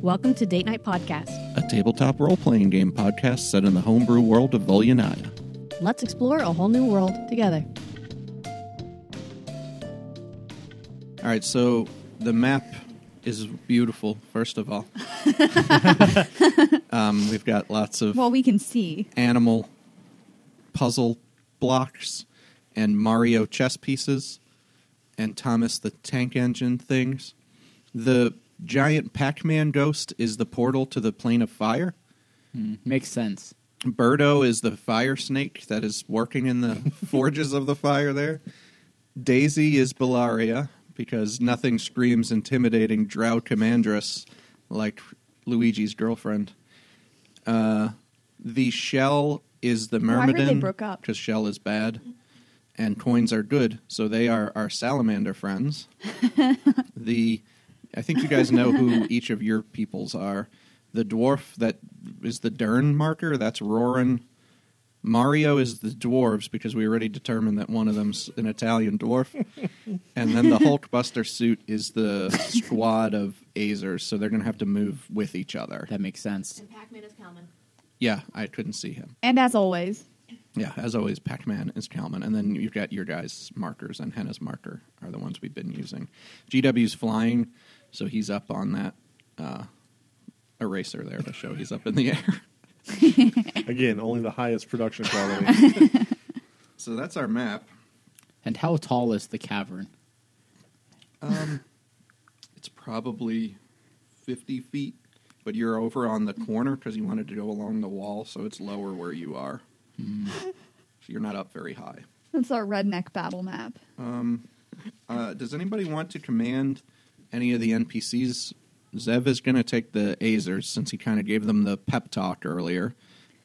Welcome to Date Night Podcast. a tabletop role playing game podcast set in the homebrew world of Volianaya. Let's explore a whole new world together. All right, so the map is beautiful, first of all. um, we've got lots of Well, we can see. animal puzzle blocks and Mario chess pieces and Thomas the Tank Engine things. The giant Pac Man ghost is the portal to the plane of fire. Makes sense. Birdo is the fire snake that is working in the forges of the fire there. Daisy is Bellaria because nothing screams intimidating Drow Commandress like Luigi's girlfriend. Uh, the shell is the I heard they Myrmidon broke up. because shell is bad and coins are good, so they are our salamander friends. the I think you guys know who each of your peoples are. The dwarf that is the Dern marker, that's Roran. Mario is the dwarves because we already determined that one of them's an Italian dwarf. and then the Hulkbuster suit is the squad of Azers, so they're going to have to move with each other. That makes sense. Pac-Man is Calman. Yeah, I couldn't see him. And as always, Yeah, as always, Pac Man is Kalman. And then you've got your guys' markers, and Henna's marker are the ones we've been using. GW's flying, so he's up on that uh, eraser there to show he's up in the air. Again, only the highest production quality. So that's our map. And how tall is the cavern? Um, it's probably 50 feet, but you're over on the corner because you wanted to go along the wall, so it's lower where you are. So you're not up very high. that's our redneck battle map. Uh, does anybody want to command any of the NPCs? Zev is going to take the Azers since he kind of gave them the pep talk earlier,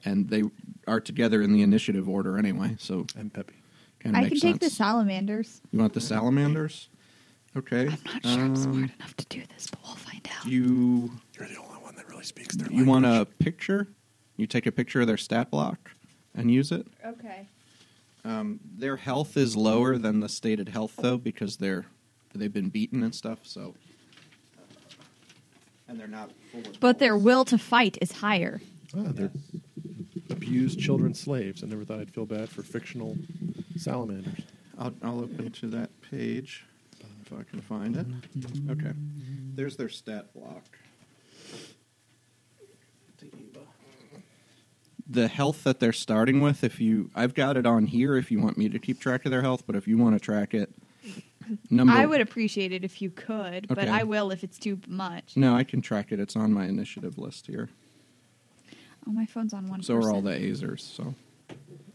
and they are together in the initiative order anyway. So and Peppy. kind of I can makes take the sense. salamanders. You want the salamanders? Okay. I'm not sure I'm Um, smart enough to do this, but we'll find out. You You're the only one that really speaks their you want a picture? You take a picture of their stat block and use it. okay. Um, their health is lower than the stated health though because they're they've been beaten and stuff. So and they're not. full of But their bolts. will to fight is higher. Ah, they're abused children slaves. I never thought I'd feel bad for fictional salamanders. I'll, I'll open to that page if I can find it. Okay. There's their stat block. The health that they're starting with, if you, I've got it on here if you want me to keep track of their health, but if you want to track it, number I would appreciate it if you could, but Okay. Mm. I will if it's too much. No, I can track it. It's on my initiative list here. Oh, my phone's on one. So are all the Azers. So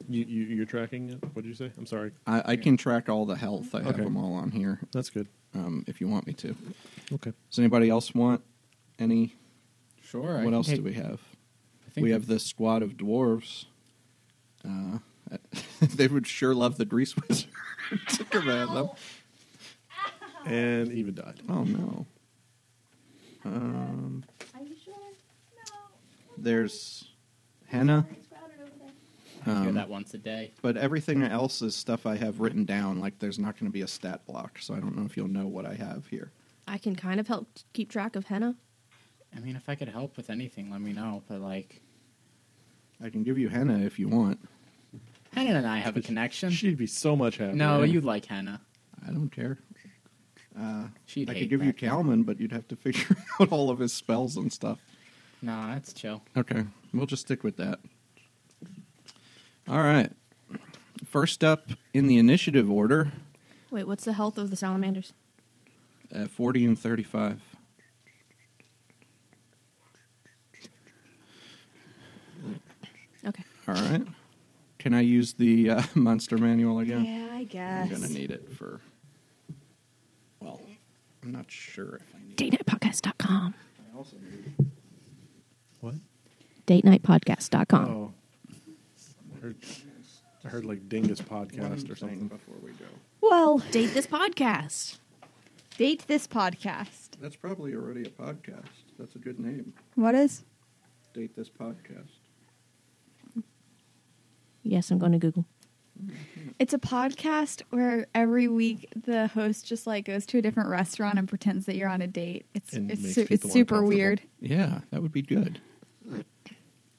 You, you, you're tracking it? What did you say? I'm sorry. I, I can track all the health. I have Okay. them all on here That's good. um, if you want me to. Okay. Does anybody else want any Sure. what else do we have? I think We have the squad of dwarves. Uh, they would sure love the grease wizard to command them. And Eva died. Oh no. Um, Are you sure? there's henna, I hear um, that once a day. but everything else is stuff I have written down. Like there's not going to be a stat block, so I don't know if you'll know what I have here. I can kind of help keep track of henna. I mean, if I could help with anything, let me know. But like, I can give you henna if you want. Hannah and I have a connection. She'd be so much happier. no, you'd like Hannah. I don't care. Uh, She'd I hate could give you that. Calman, but you'd have to figure out all of his spells and stuff. No, that's chill. Okay, we'll just stick with that. All right. First up in the initiative order, Wait, what's the health of the salamanders? uh, 40 and 35. Okay. All right. Can I use the uh, monster manual again? I I'm guess. going to need it for. Well, I'm not sure if I need it. DateNightPodcast.com. I also need What? DateNightPodcast.com. Oh. I heard, I heard like Dingus podcast one or thing something. before we go. Well, Date this podcast. date this podcast. That's probably already a podcast. That's a good name. What is? Date this podcast. Yes, I'm going to Google. It's a podcast where every week the host just like goes to a different restaurant and pretends that you're on a date. It's And it's makes su- people it's super uncomfortable. weird. Yeah, that would be good.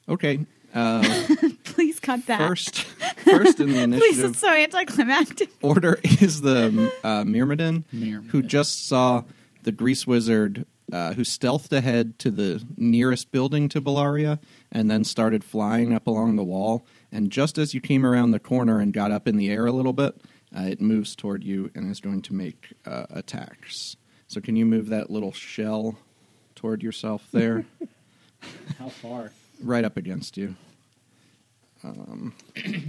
Okay. Uh, Please cut that. first, first in the Please, it's initiative so anticlimactic. order is the uh, Myrmidon, who Myrmidon. just saw the Grease Wizard, uh, who stealthed ahead to the nearest building to Bellaria and then started flying up along the wall. And just as you came around the corner and got up in the air a little bit, uh, it moves toward you and is going to make uh, attacks. So, can you move that little shell toward yourself there? How far? right up against you.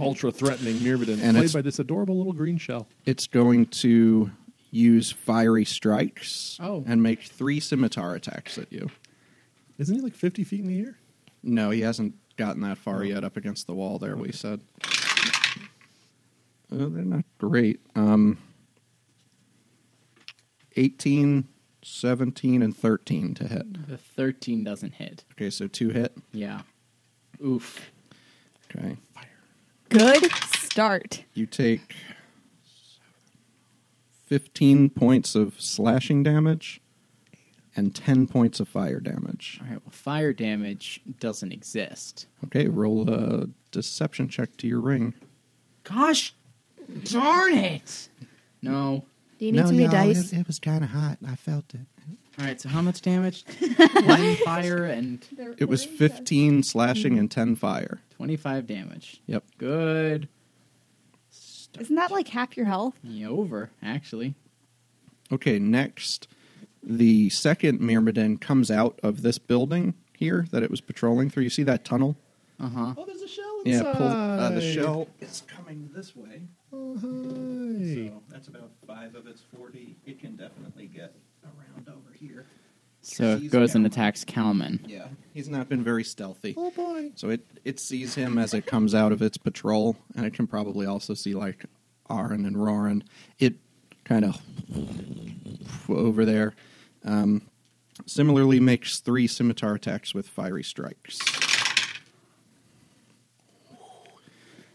Ultra threatening Myrmidon, And played it's- by this adorable little green shell. It's going to use fiery strikes Oh. and make three scimitar attacks at you. Isn't he like 50 feet in the air? No, he hasn't gotten that far yet up against the wall there, we said. Uh, they're not great. Um, 18, 17, and 13 to hit. The 13 doesn't hit. Okay, so two hit. Yeah. Oof. Okay. Good start. You take 15 points of slashing damage and 10 points of fire damage. All right, well, fire damage doesn't exist. Okay, roll a deception check to your ring. Gosh darn it! No. Do you need some new dice? was kind of hot. I felt it. All right, so how much damage? 1 fire and It was 15 slashing and 10 fire. 25 damage. Yep. Good. Start. Isn't that like half your health? Yeah, over, actually. Okay, next, the second Myrmidon comes out of this building here that it was patrolling through. You see that tunnel? Uh huh. Oh, there's a shell Yeah, pull, uh, the shell is coming this way. Oh, So that's about five of its 40. It can definitely get around over here. So He's it goes and Calman. attacks Kalman. Yeah, he's not been very stealthy. Oh boy. So it, it sees him as it comes out of its patrol, and it can probably also see like Arin and Roarin. It kind of over there. Um, similarly, makes three scimitar attacks with fiery strikes.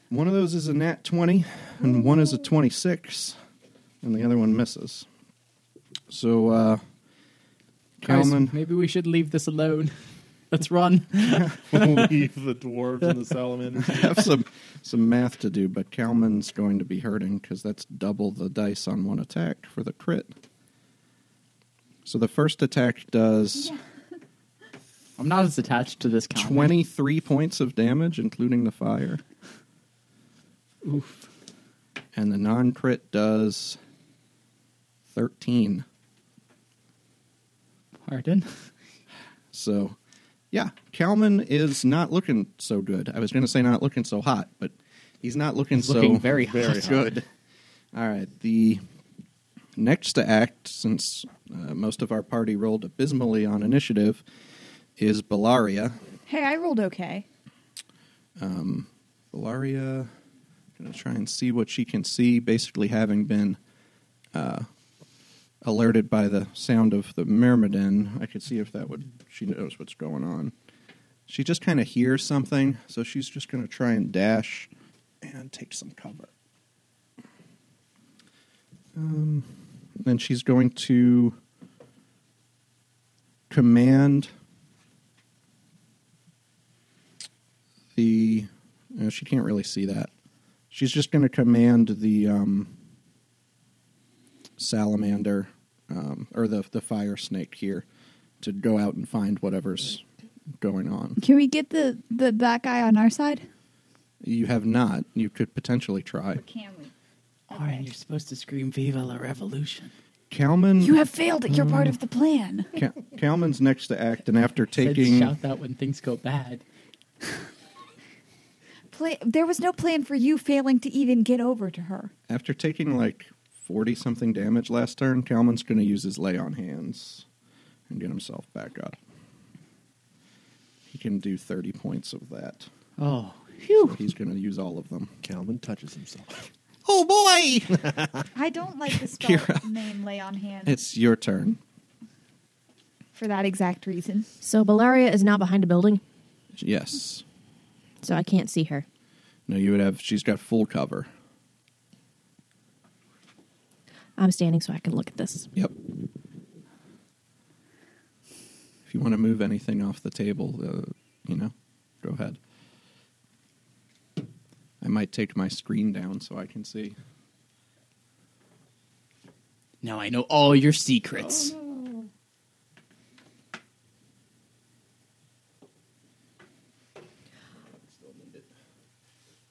One of those is a nat 20, and one is a 26, and the other one misses. So, uh, Guys, Kalman. maybe we should leave this alone. Let's run. Leave the dwarves and the salamanders. I have some some math to do, but Kalman's going to be hurting because that's double the dice on one attack for the crit. So the first attack does I'm not as attached to this Kalman. 23 points of damage, including the fire. Oof. And the non crit does 13. Pardon? So, yeah, Kalman is not looking so good. I was going to say not looking so hot, but he's not looking so Looking very very hot. good. All right, the next to act, since uh, most of our party rolled abysmally on initiative, is Bellaria. Hey, I rolled okay. Bellaria, going to try and see what she can see, basically having been uh, alerted by the sound of the myrmidon. I could see if that would, she knows what's going on. She just kind of hears something, so she's just going to try and dash and take some cover. Um, then she's going to command the. No, she can't really see that. She's just going to command the um, salamander um, or the the fire snake here to go out and find whatever's going on. Can we get the, the that guy on our side? You have not. You could potentially try. Can we? Alright, you're supposed to scream Viva la Revolution. Kalman. You have failed it. You're part of the plan. Ka- Kalman's next to act, and after Said taking shout that when things go bad. Play, there was no plan for you failing to even get over to her. after taking like forty something damage last turn, Kalman's going to use his lay on hands and get himself back up. He can do thirty points of that. Oh, So he's going to use all of them. Calvin touches himself. Oh boy! I don't like the spell Kira. name lay on hand it's your turn. for that exact reason. So Bellaria is now behind a building, Yes. so I can't see her. No, you would have. She's got full cover. I'm standing so I can look at this. Yep. If you want to move anything off the table, uh, you know, go ahead. I might take my screen down so I can see. Now I know all your secrets. Oh,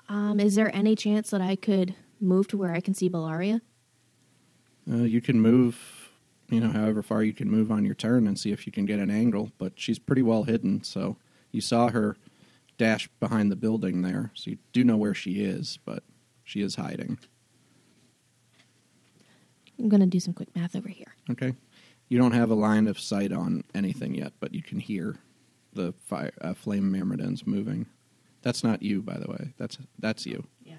Um, is there any chance that I could move to where I can see Bellaria? Uh, you can move, you know, however far you can move on your turn and see if you can get an angle, but she's pretty well hidden, so you saw her dash behind the building there, so you do know where she is, but she is hiding. I'm gonna do some quick math over here. Okay. You don't have a line of sight on anything yet, but you can hear the fire, uh, flame myrmidons moving. That's not you, by the way. That's that's you. Yeah.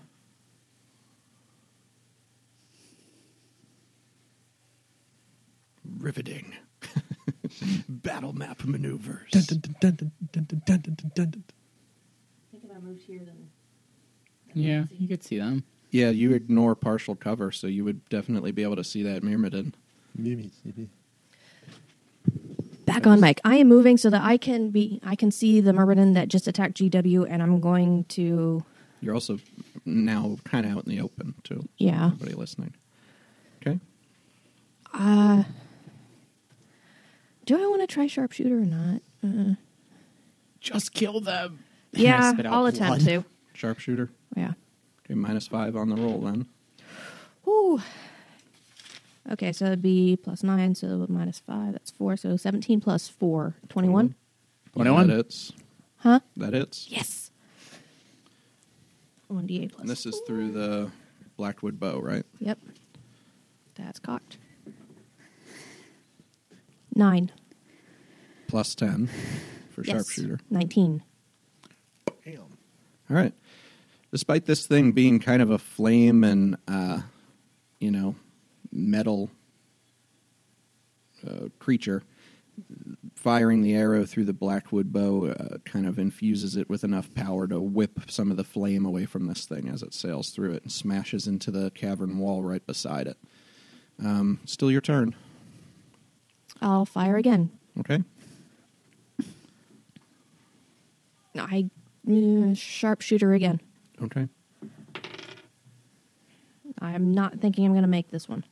Riveting. Battle map maneuvers. Dun, dun, dun, dun, dun, dun, dun, dun, dun, dun, dun. I think if I moved here, then Yeah, you could see them. Yeah, you ignore partial cover, so you would definitely be able to see that myrmidon. Mimi, Mimi. back on mic. I am moving so that I can be. I can see the Myrmidon that just attacked GW, and I'm going to. You're also now kind of out in the open too. so Yeah. Everybody listening. Okay. Do I want to try sharpshooter or not? Uh, Just kill them. yeah, spit out I'll attempt blood. to. Sharpshooter. Yeah. Okay, minus five on the roll then. Ooh. Okay, so it'd be plus nine, so minus five, that's four. So 17 plus four, 21. Twenty-one. That hits. Huh? That hits. Yes. 1d8 plus. And this is through the Blackwood bow, right? Yep. That's cocked. Nine. Plus 10 for Yes. sharpshooter. 19. All right. Despite this thing being kind of a flame and, uh, you know, metal uh, creature, firing the arrow through the Blackwood bow uh, kind of infuses it with enough power to whip some of the flame away from this thing as it sails through it and smashes into the cavern wall right beside it. Um, still your turn. I'll fire again. Okay. I uh, sharpshooter again. Okay. I'm not thinking I'm going to make this one.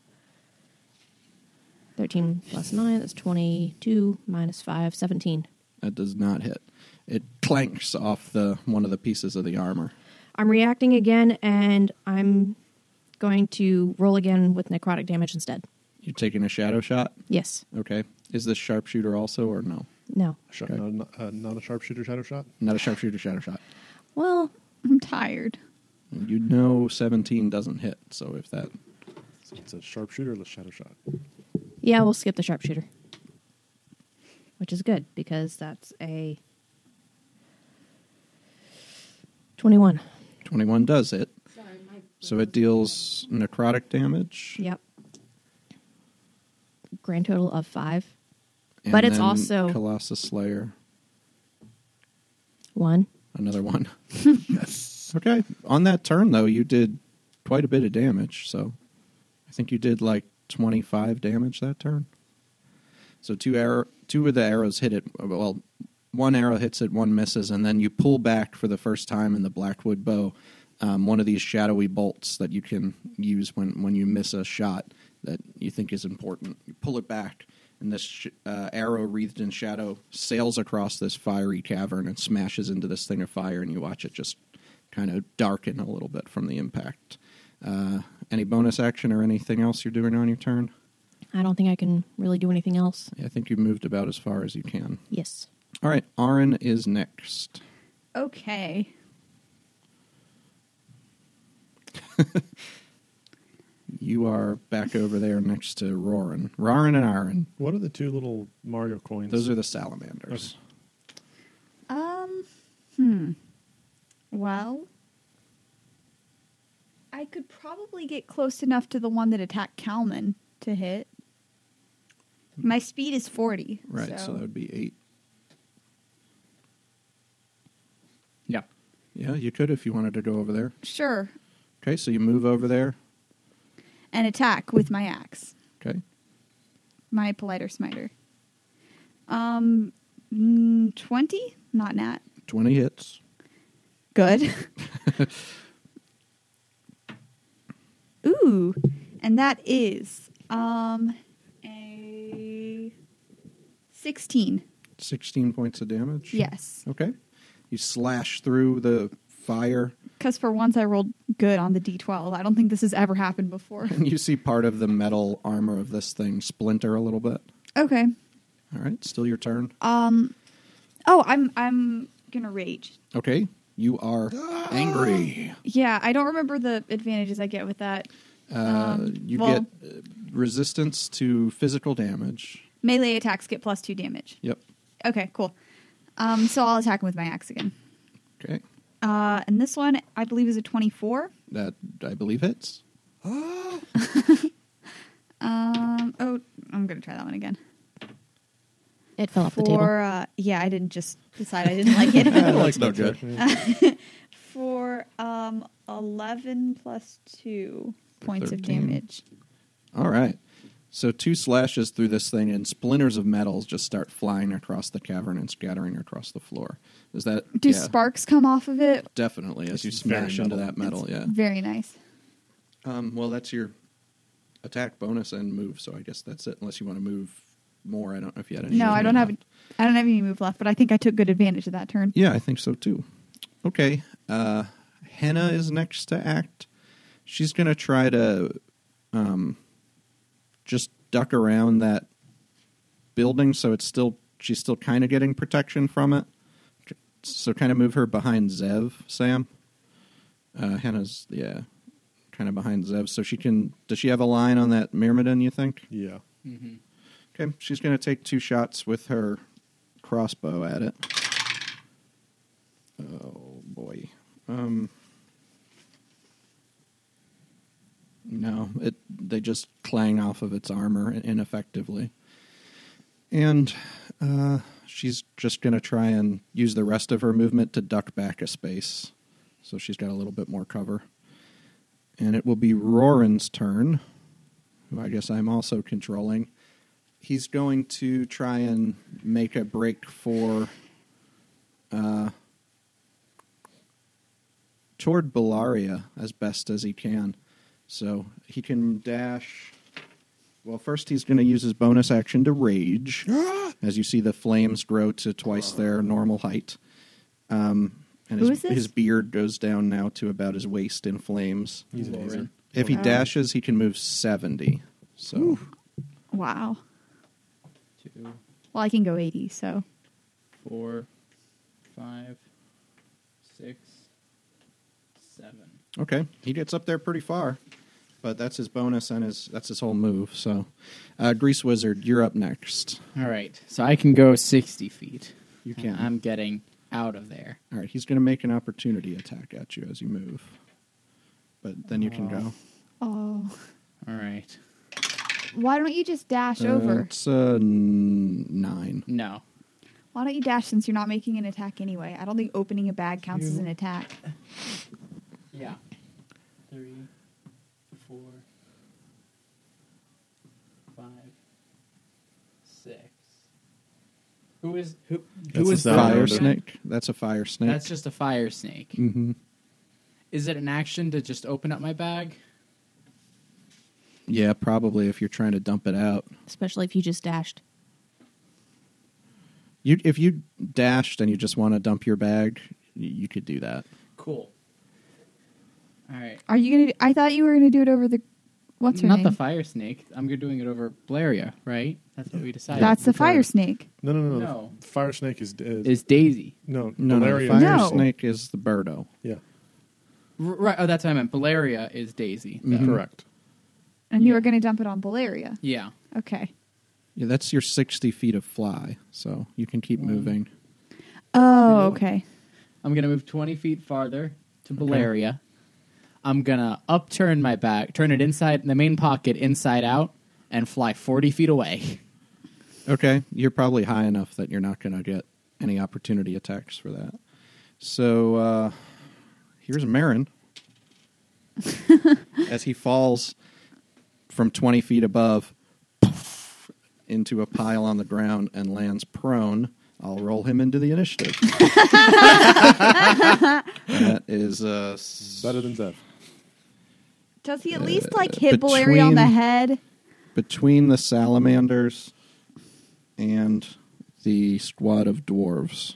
13 plus 9, that's 22, minus 5, 17. That does not hit. It clanks off the one of the pieces of the armor. I'm reacting again, and I'm going to roll again with necrotic damage instead. You're taking a shadow shot. Yes. Okay. Is this sharpshooter also or no? No. Shot, Okay. not, uh, not a sharpshooter shadow shot. Not a sharpshooter shadow shot. Well, I'm tired. You know 17 doesn't hit, so if that It's a sharpshooter or a shadow shot. yeah, we'll skip the sharpshooter. Which is good, because that's a 21. 21 does hit. So it deals necrotic damage. Yep. Grand total of 5. and But it's then also- Colossus Slayer. 1. Another one. yes. Okay. On that turn though, you did quite a bit of damage, so I think you did like 25 damage that turn. So two arrow two of the arrows hit it well one arrow hits it, one misses, and then you pull back for the first time in the Blackwood bow. Um, one of these shadowy bolts that you can use when, when you miss a shot that you think is important. You pull it back, and this sh- uh, arrow wreathed in shadow sails across this fiery cavern and smashes into this thing of fire, and you watch it just kind of darken a little bit from the impact. Uh, any bonus action or anything else you're doing on your turn? I don't think I can really do anything else. I think you moved about as far as you can. Yes. All right, Arin is next. Okay. You are back over there next to Roran. Roran and Arin. What are the two little Mario coins? Those are the salamanders. Um, hmm. Well, I could probably get close enough to the one that attacked Kalman to hit. My speed is 40. Right, so. that would be eight. Yeah. Yeah, you could if you wanted to go over there. Sure. Okay, so you move over there. and attack with my axe, Okay. my politer smiter. Um, mm, 20? Not nat. 20 hits. Good. Ooh, and that is um a 16. 16 points of damage. Yes. Okay. You slash through the fire, Because for once I rolled good on the d12. I don't think this has ever happened before. and you see part of the metal armor of this thing splinter a little bit. okay. All right. Still your turn. Um Oh, I'm I'm going to rage. Okay. You are angry. Yeah, I don't remember the advantages I get with that. Uh, you Um, well- get uh, resistance to physical damage. Melee attacks get plus 2 damage. Yep. Okay, cool. Um so I'll attack him with my axe again. Okay. Uh and this one I believe is a 24. That, I believe, hits. Um. Oh, I'm gonna try that one again. It fell off the table. For uh, yeah, I didn't just decide I didn't like it. That's no good. For um, eleven plus two points of 13. damage. All right. So two slashes through this thing, and splinters of metals just start flying across the cavern and scattering across the floor. Is that Do yeah, sparks come off of it? Definitely, as you It's very smash into subtle. that metal. Yeah. Very nice. Um, well, that's your attack bonus and move. So I guess that's it. Unless you want to move more, I don't know if you had any. No, I movement don't have. left. I don't have any move left, but I think I took good advantage of that turn. Yeah, I think so too. Okay. Uh, Henna is next to act. She's going to try to um, just duck around that building so it's still she's still kind of getting protection from it. So kind of move her behind Zev, Sam. Uh, Henna's yeah, kind of behind Zev so she can does she have a line on that Myrmidon, you think? Yeah. hmm Okay, she's going to take two shots with her crossbow at it. Oh boy. Um No, it they just clang off of its armor in- ineffectively. And uh she's just going to try and use the rest of her movement to duck back a space. So she's got a little bit more cover. And it will be Roran's turn, who I guess I'm also controlling he's going to try and make a break for uh, toward Bellaria as best as he can. So he can dash. Well, first he's going to use his bonus action to rage, as you see the flames grow to twice their normal height. Um, and Who his, is this? his beard goes down now to about his waist in flames. He's an easier. If he Wow. dashes, he can move seventy. So. Wow. Two, Well, I can go eighty. So four, five, six, seven. Okay, he gets up there pretty far, but that's his bonus and his that's his whole move. So, uh, Grease Wizard, you're up next. All right, so I can go sixty feet. You And can. I'm getting out of there. All right, he's going to make an opportunity attack at you as you move, but then you can go. oh, All right. why don't you just dash Uh, over? It's uh, n- nine. No. Why don't you dash since you're not making an attack anyway? I don't think opening a bag counts as an attack. Yeah. Three, four, five, six. Who is who? That's who is a the Fire Fire Fire snake. That's a fire snake. That's just a fire snake. Mm-hmm. Is it an action to just open up my bag? Yeah, probably if you're trying to dump it out. Especially if you just dashed. You if you dashed and you just want to dump your bag, y- you could do that. Cool. All right. Are you gonna? Do, I thought you were gonna do it over the. What's her Not name? the fire snake. I'm doing it over Blaria, right? That's what we decided. That's the We're trying fire to- snake. No, no, no. No. The Fire snake is is, is Daisy. no No, no, the Valerian- fire No. snake is the Birdo. Yeah, R- right. Oh, that's what I meant. Blaria is Daisy. though. Mhm. Mm-hmm. correct. And you were going to dump it on Valeria. Yeah. Okay. Yeah, that's your 60 feet of fly, so you can keep moving. Oh, okay. I'm gonna move 20 feet farther to Valeria. I'm gonna upturn my back, turn it inside the main pocket inside out, and fly 40 feet away. Okay, you're probably high enough that you're not going to get any opportunity attacks for that. So uh, here's Marin. As he falls, from 20 feet above poof, into a pile on the ground and lands prone, I'll roll him into the initiative. that is uh, s- Better than Zev. Does he at least like hit Valeri on the Uh, between- head? between the salamanders and the squad of dwarves.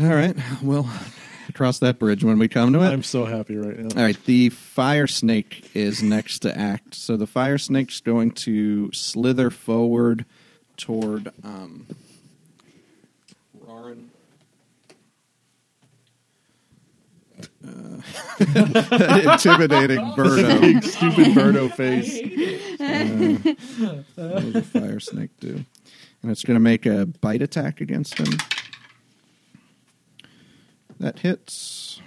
All right, we'll cross that bridge when we come to it. I'm so happy right now. All right, the fire snake is next to act. So the fire snake's going to slither forward toward um Roarin. Uh, intimidating Birdo. Stupid Birdo face. What does a fire snake do? And it's going to make a bite attack against him. That hits.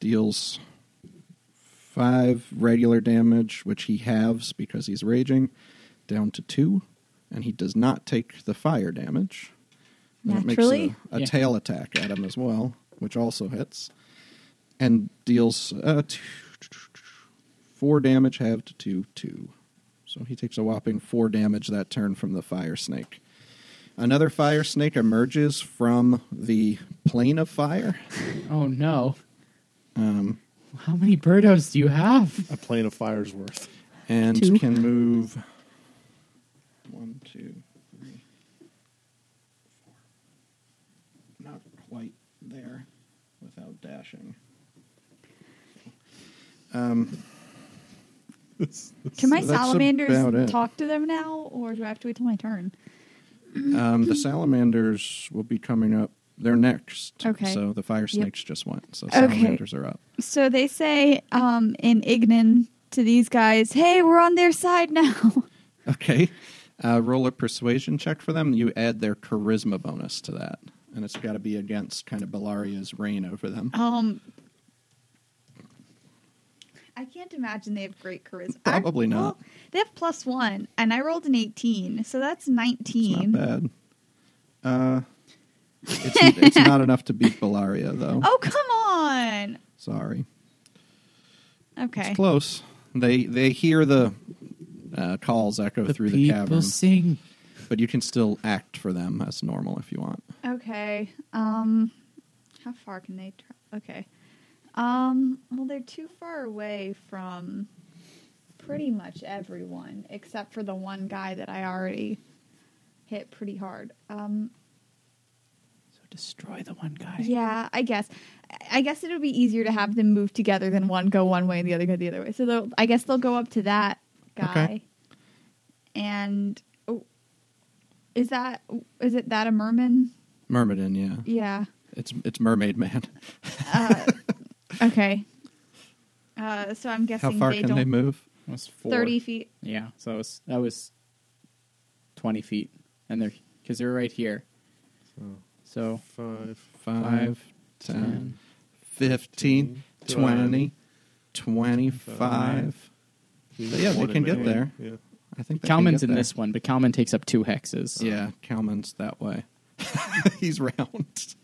Deals five regular damage, which he halves because he's raging, down to two. And he does not take the fire damage. And it makes Naturally? a, a Yeah. tail attack at him as well, which also hits. And deals uh, t- four damage halved to two. So he takes a whopping four damage that turn from the fire snake. Another fire snake emerges from the plane of fire. Oh no. Um, How many birdos do you have? A plane of fire's worth. and Two. can move one, two, three, four. Not quite there without dashing. It's- it's- Can my that's about it. salamanders talk to them now, or do I have to wait till my turn? Um, the salamanders will be coming up. They're next. Okay. So the fire snakes just went. So Okay. salamanders are up. So they say um, in Ignan to these guys, "Hey, we're on their side now." Okay. Uh, roll a persuasion check for them. You add their charisma bonus to that. And it's got to be against kind of Belaria's reign over them. um, I can't imagine they have great charisma. I- Probably not. they have plus one, and I rolled an eighteen, so that's It's nineteen. not bad. Uh, it's, it's not enough to beat Bellaria, though. Oh come on! Sorry. Okay, It's close. They they hear the uh, calls echo through the people cavern, sing. but you can still act for them as normal if you want. okay. Um, how far can they? Tra- okay. Um, well, they're too far away from pretty much everyone except for the one guy that I already hit pretty hard. Um, So destroy the one guy. Yeah, I guess. I- I guess it'll be easier to have them move together than one go one way and the other go the other way. So they'll, I guess they'll go up to that guy. Okay. And oh, is that is it that a merman? Myrmidon, yeah. Yeah. It's it's Mermaid Man. Okay. Uh, so I'm How guessing far they can don't they move? That was four. thirty feet. Yeah. So that was, that was twenty feet, and they're because they're right here. So Five. Five, ten, ten, fifteen, twenty, twenty, twenty-five. But yeah, they One in can get between. there. Yeah. I think they can Kalman's get in there. this one, but Kalman takes up two hexes. Yeah, Kalman's that way. He's round.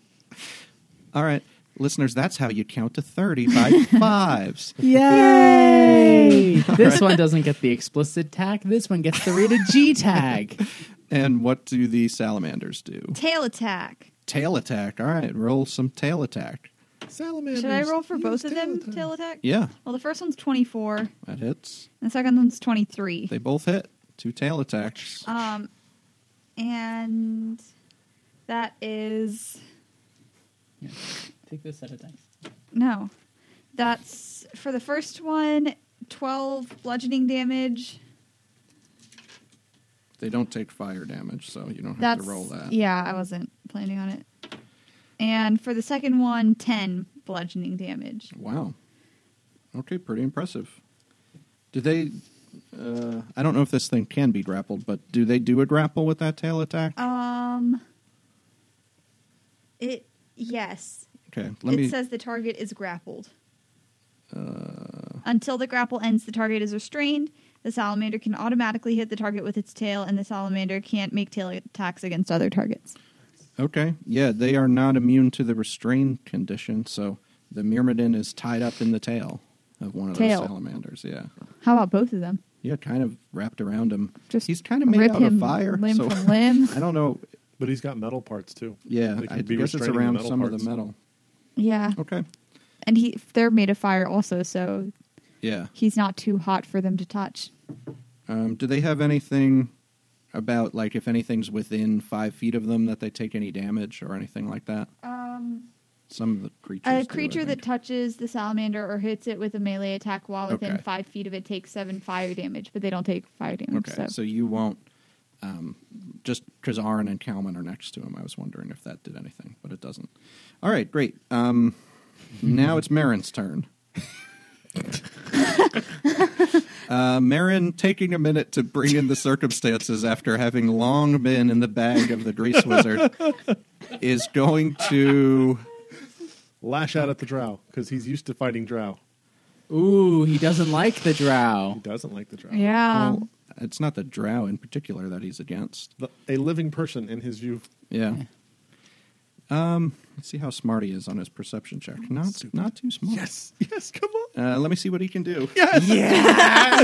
All right, listeners, that's how you count to 30 by fives. Yay! this one doesn't get the explicit tag. This one gets the rated G tag. And what do the salamanders do? Tail attack. Tail attack. All right, roll some tail attack. Salamanders. Should I roll for use both of them? tail Tail attack. Yeah, Well, the first one's twenty four, and that hits. the second one's twenty three. They both hit. Two tail attacks. Um, and that is Take this set of dice. no. That's for the first one, 12 bludgeoning damage. They don't take fire damage, so you don't have That's to roll that. Yeah, I wasn't planning on it. And for the second one, 10 bludgeoning damage. Wow. Okay, pretty impressive. Do they? Uh, I don't know if this thing can be grappled, but do they do a grapple with that tail attack? Um it yes. okay, let it me. says the target is grappled. Uh. Until the grapple ends, the target is restrained. The salamander can automatically hit the target with its tail, and the salamander can't make tail attacks against other targets. Okay. Yeah, they are not immune to the restrained condition, so The myrmidon is tied up in the tail of one of Tail. those salamanders. Yeah, How about both of them? yeah, kind of wrapped around him. Just he's kind of made Rip out him of fire. limb so from limb. I don't know. But he's got metal parts too. Yeah, They could I be guess it's restraining the around metal some of parts. the metal. Yeah, Okay. and he they're made of fire also, so Yeah. he's not too hot for them to touch. Um, do they have anything about like if anything's within five feet of them that they take any damage or anything like that? Um, Some of the creatures. do, I a creature that think. touches the salamander or hits it with a melee attack while within Okay. five feet of it takes seven fire damage, but they don't take fire damage. Okay, So. so. you won't. Um, just because Aaron and Kalman are next to him, I was wondering if that did anything, but it doesn't. All right, great. Um, now it's Marin's turn. uh, Marin taking a minute to bring in the circumstances after having long been in the bag of the Grease Wizard is going to. Lash out at the drow because he's used to fighting drow. Ooh, he doesn't like the He drow. doesn't like the drow. yeah, well, it's not the drow in particular that he's against. The- a living person in his view. Yeah. Um, let's see how smart he is on his perception check. Not not too smart. yes, come on. Uh, let me see what he can do. I'm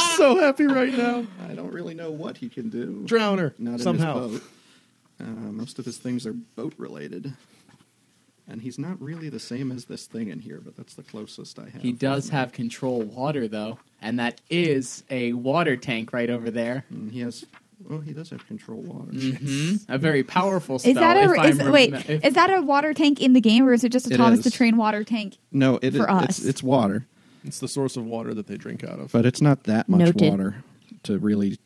so happy right now. I don't really know what he can do. Drown her Not somehow. In his boat. Uh, most of his things are boat related. And he's not really the same as this thing in here, but that's the closest I have. He does have control water though, and that is a water tank right over there. And Mm, he has. Well, he does have control water. hmm A very powerful spell. is that if a is, I'm wait? rem- if- is that a water tank in the game, or is it just a It Thomas the is. Train water tank? No, it, For it's, us. it's water, It's the source of water that they drink out of. but it's not that much Noted. water to really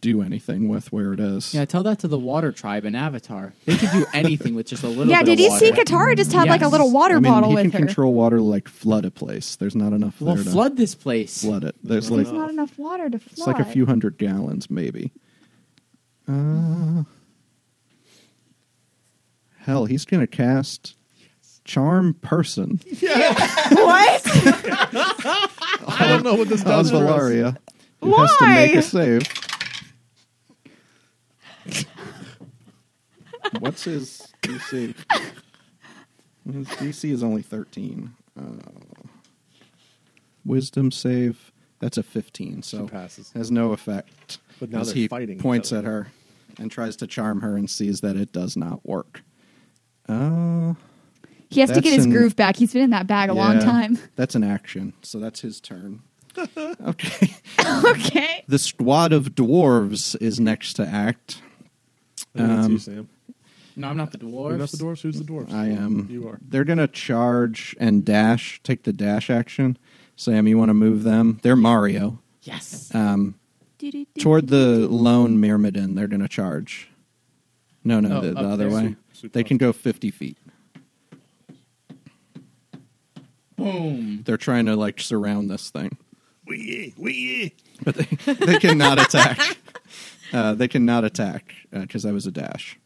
do anything with where it is. Yeah, tell that to the water tribe in Avatar. They could do anything with just a little. Yeah, bit of did you water. see Katara just had like a Yes. little water I mean, bottle he can with her? control water to, like flood a place. There's not enough Well, there to flood this place. flood it. There's Well, like There's not enough water to flood. it's like a few hundred gallons maybe. Uh, hell, he's gonna cast charm person What? I don't know what this on does for us. Valaria. Who has to make Why? a save. What's his DC? His DC is only thirteen. Uh, wisdom save. That's a fifteen. So She passes. has no effect. But now as they're he fighting each points other. at her and tries to charm her and sees that it does not work. Uh, he has to get That's his an- groove back. He's been in that bag a long yeah, time. That's an action. So that's his turn. okay. okay. The squad of dwarves is next to act. I think it's you, Um, Sam. No, I'm not the dwarf. You're not the dwarves. Who's the dwarves? I am. You are. They're going to charge and dash, take the dash action. Sam, you want to move them? They're Mario. Yes. Um, toward the lone Myrmidon, they're going to charge. No, no, Oh, the, the up other there. way. Sup- sup- They can go 50 feet. Boom. They're trying to, like, surround this thing. Wee wee. But they, they cannot attack. Uh, they cannot attack because that was a dash.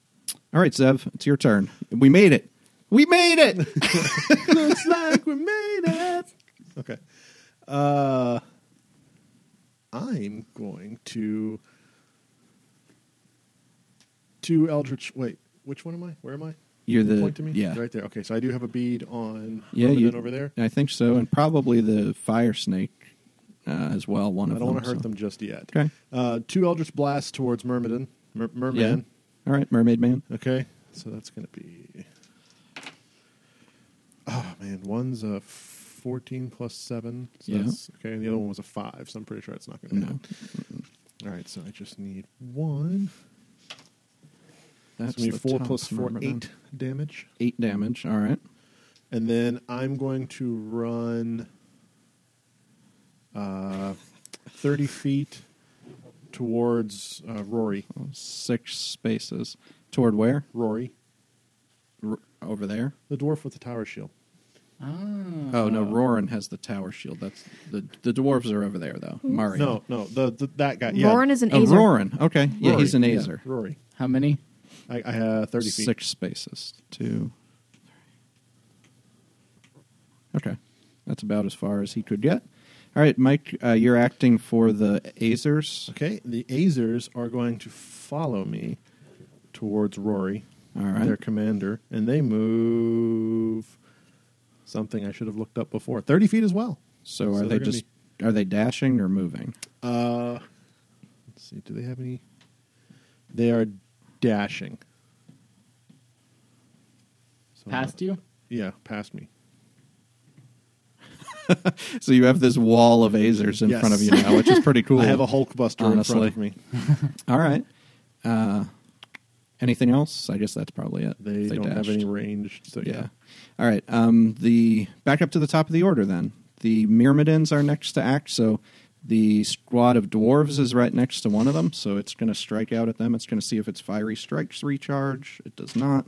All right, Zev, it's your turn. We made it. We made it. Looks like we made it. Okay. Uh, I'm going to to Eldritch. Wait, which one am I? Where am I? You're Can you the- point to me. yeah. right there. Okay, so I do have a bead on. Yeah, Ramadan you- over there. I think so, and probably the fire snake uh, as well. One I of don't them. want to hurt so- them just yet. Okay. Uh, two Eldritch blasts towards Myrmidon. Mer- Yeah. Myrmidon. All right, mermaid man. Okay, so that's going to be. Oh man, one's a fourteen plus seven. So Yeah. that's, okay, and the other one was a five. So I'm pretty sure it's not going to No. happen. All right, so I just need one. That's That's so I the need four top plus four, mermaid. eight damage, Eight damage. All right. and then I'm going to run. Uh, thirty feet towards uh, Rory. Six spaces toward where? Rory, R- over there. the dwarf with the tower shield. Oh. Oh Uh, no, Roran has the tower shield. That's the the dwarves are over there though. Mario. Hmm. No, no, the, the that guy. Yeah, Lauren is an Oh, Azer. Roran. Okay. Yeah, Rory, he's an Azer. Yeah, Rory. How many? I, I uh, thirty feet. Six spaces. Two. three. Okay, that's about as far as he could get. All right, Mike, uh, you're acting for the Azers. Okay, the Azers are going to follow me towards Rory. All right. their commander, and they move something I should have looked up before. Thirty feet as well. So So are they're they gonna just are they dashing or moving? Uh, let's see. Do they have any? They are dashing. So, Past you? Yeah, past me. So you have this wall of Azers in Yes. front of you now, which is pretty cool. I have a Hulkbuster Honestly. in front of me. All right. Uh, anything else? I guess that's probably it. They, If don't have dashed. any range. So yeah. Yeah. All right. Um, the back up to the top of the order then. The Myrmidons are next to act, so the squad of dwarves is right next to one of them, so it's going to strike out at them. It's going to see if its fiery strikes recharge. It does not.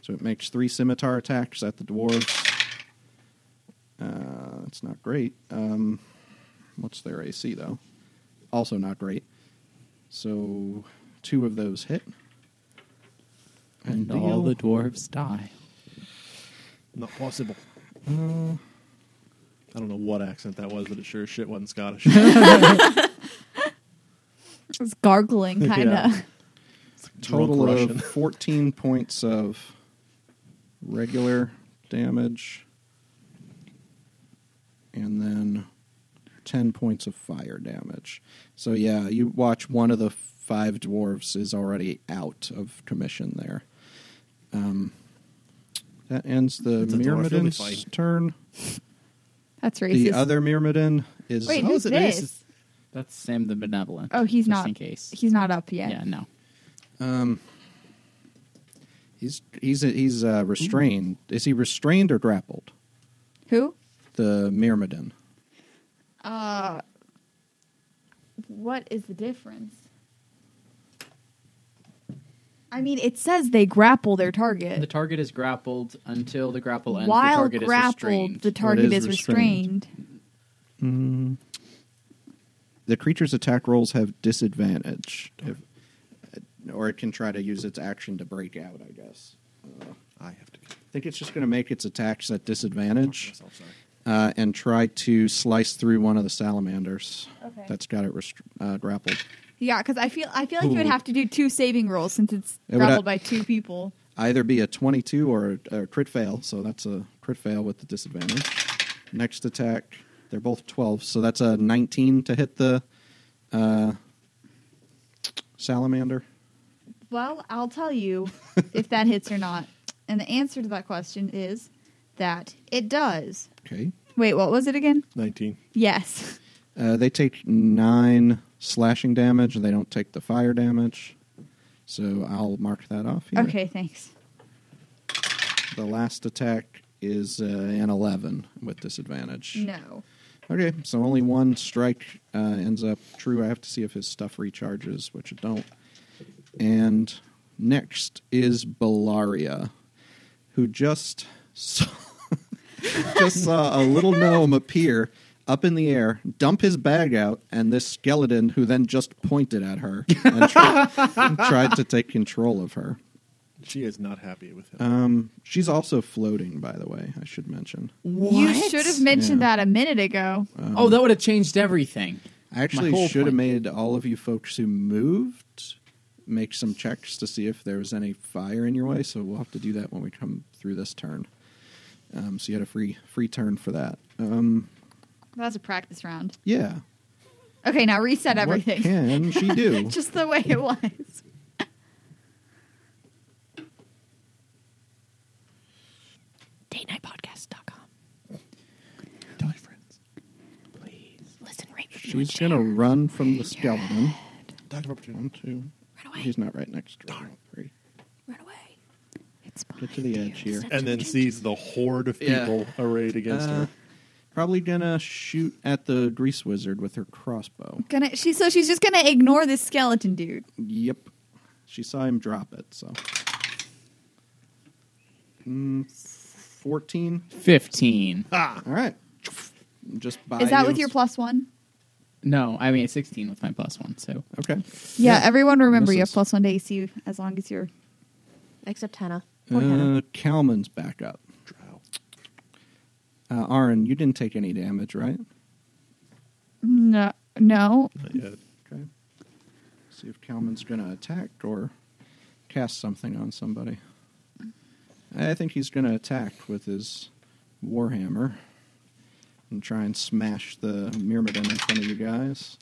So it makes three scimitar attacks at the dwarves. Uh, it's not great. Um, what's their AC though? Also not great. So two of those hit. And Deal. all the dwarves die. Not possible. Mm. I don't know what accent that was, but it sure as shit wasn't Scottish. It's gargling, kind of. Yeah. total Drunk Russian. of 14 points of regular damage and then 10 points of fire damage. So yeah, you watch one of the five dwarves is already out of commission there. Um, that ends the That's a dwarf, you'll be Myrmidon's fine. turn. That's racist. The other Myrmidon is Wait, How Oh, is who's it this? racist? That's Sam the Benevolent. Oh, he's just not. In case. He's not up yet. yeah, no. um he's he's he's uh, restrained. Is he restrained or grappled? Who? the Myrmidon. Uh, what is the difference? I mean, it says they grapple their target. The target is grappled until the grapple ends. While the target grappled, is the restrained. target is is restrained. The creature's attack rolls have disadvantage, if, or it can try to use its action to break out. I guess. Uh, I have to kill I think it's just going to make its attacks at disadvantage myself. Sorry. uh, and try to slice through one of the salamanders. Okay. That's got it rest- uh, grappled. Yeah, because I feel I feel like you would Ooh. have to do two saving rolls since it's It would grappled ha- by two people. Either be a twenty-two or a, a crit fail. So that's a crit fail with the disadvantage. Next attack. They're both twelve, so that's a nineteen to hit the uh, salamander. Well, I'll tell you if that hits or not. And the answer to that question is that it does. Okay. Wait, what was it again? Nineteen. Yes. Uh, they take nine slashing damage, and they don't take the fire damage. So I'll mark that off. Here. Okay, thanks. The last attack is uh, an eleven with disadvantage. No. Okay, so only one strike uh, ends up true. I have to see if his stuff recharges, which it don't. And next is Bellaria, who just saw, just saw a little gnome appear up in the air, dump his bag out, and this skeleton, who then just pointed at her and tri- tried to take control of her. She is not happy with him. Um, she's also floating, by the way. I should mention. You should have mentioned Yeah. that a minute ago. oh, that would have changed everything. I actually whole should have point- made all of you folks who moved make some checks to see if there was any fire in your way. So we'll have to do that when we come through this turn. Um, so you had a free free turn for that. Um, That was a practice round. yeah. Okay, now reset What everything. can she do? Just the way it was. DateNightPodcast.com. Tell your friends. Please. Listen, rate, review, and She's share. gonna run from the skeleton. Doctor One, two. Run away. He's not right next to her. Three. Run away. It's fine. Get to the edge here. And then sees the horde of Yeah. people arrayed against Uh, her. probably gonna shoot at the grease wizard with her crossbow. Gonna she so she's just gonna ignore this skeleton dude. Yep. She saw him drop it, so. Mm, 14. 15. Ah, All right. Just by Is that you. with your plus one? No, I mean, 16 with my plus one, so. Okay. Uh, Yeah, everyone remember you have Misses. plus one to AC as long as you're Except Hannah. Poor Hannah. Uh, Kalman's back up. drow. Uh, Aaron, you didn't take any damage, right? no no. Uh. Not yet. Okay. See if Kalman's going to attack or cast something on somebody. I think he's going to attack with his warhammer and try and smash the myrmidon in front of you guys.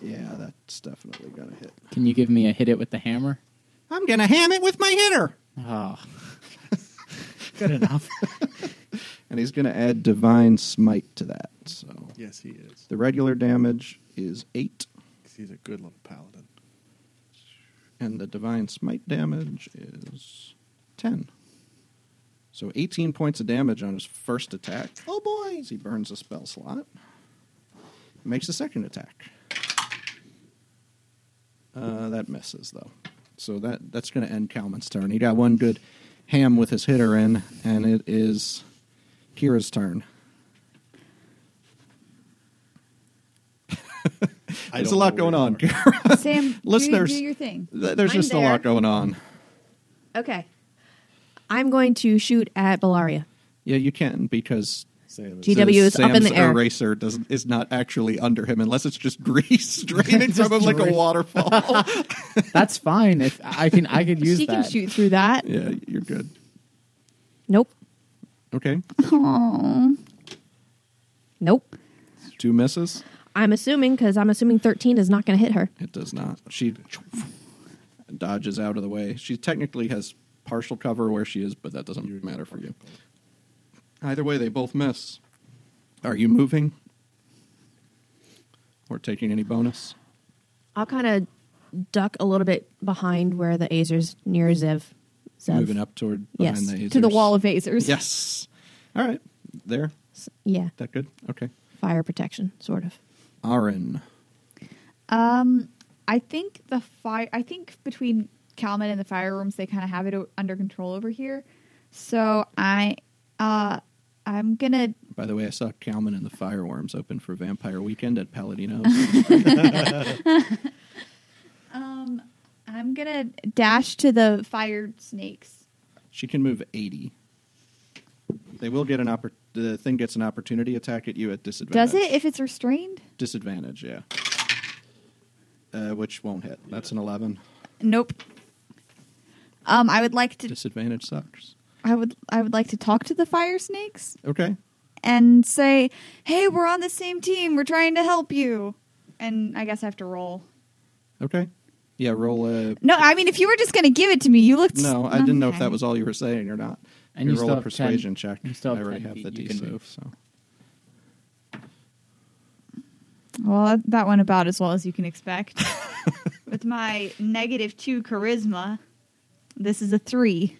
Yeah, that's definitely going to hit. Can you give me a hit it with the hammer? I'm going to ham it with my hitter. Oh. Good enough. And he's going to add divine smite to that. So Yes, he is. the regular damage is 8 'Cause he's a good little paladin. and the divine smite damage is 10. So 18 points of damage on his first attack. Oh boy! He burns a spell slot. Makes a second attack. Uh, that misses though. So that that's going to end Kalman's turn. He got one good ham with his hitter in, and it is Kira's turn. I There's don't a lot know where going on. you Kira. Sam, Listeners. do, do your thing. Th- There's I'm just a lot there. going on. Okay. I'm going to shoot at Bellaria. Yeah, you can because Sam is- G- GW is up in Sam's the air. Eraser doesn't is not actually under him unless it's just grease draining from him like a drain- waterfall. That's fine. If I can, I could use she that. can shoot through that. yeah, you're good. Nope. Okay, Aw. Nope. two misses. I'm assuming because I'm assuming 13 is not going to hit her. It does not. She dodges out of the way. She technically has partial cover where she is, but that doesn't matter for you. Either way, they both miss. Are you moving? Or taking any bonus? I'll kind of duck a little bit behind where the Azer's near Ziv. Zev. Moving up toward behind Yes, the to the Azers. wall of Azers. Yes. All right. There. S- Yeah, That good? Okay. fire protection, sort of. Arin. Um, I think the fire. I think between Calman and the fire rooms, they kind of have it o- under control over here. So I, uh, I'm gonna. By the way, I saw Kalman and the Fireworms open for Vampire Weekend at Paladino. Um, I'm gonna dash to the fire snakes. She can move 80. They will get an oppor- the thing gets an opportunity attack at you at disadvantage. Does it if it's restrained? disadvantage, yeah. Uh, which won't hit. That's an 11. Nope. Um, I would like to. Disadvantage sucks. I would. I would like to talk to the fire snakes Okay. and say, "Hey, we're on the same team. We're trying to help you." And I guess I have to roll. Okay. Yeah, roll a No, I mean, if you were just going to give it to me, you looked. No, I didn't know if Okay. that was all you were saying or not. And You you roll still a have 10 persuasion check. you still I have already 10 have the feet you can DC, move. so Well, that, that went about as well as you can expect. With my negative two charisma, this is a three.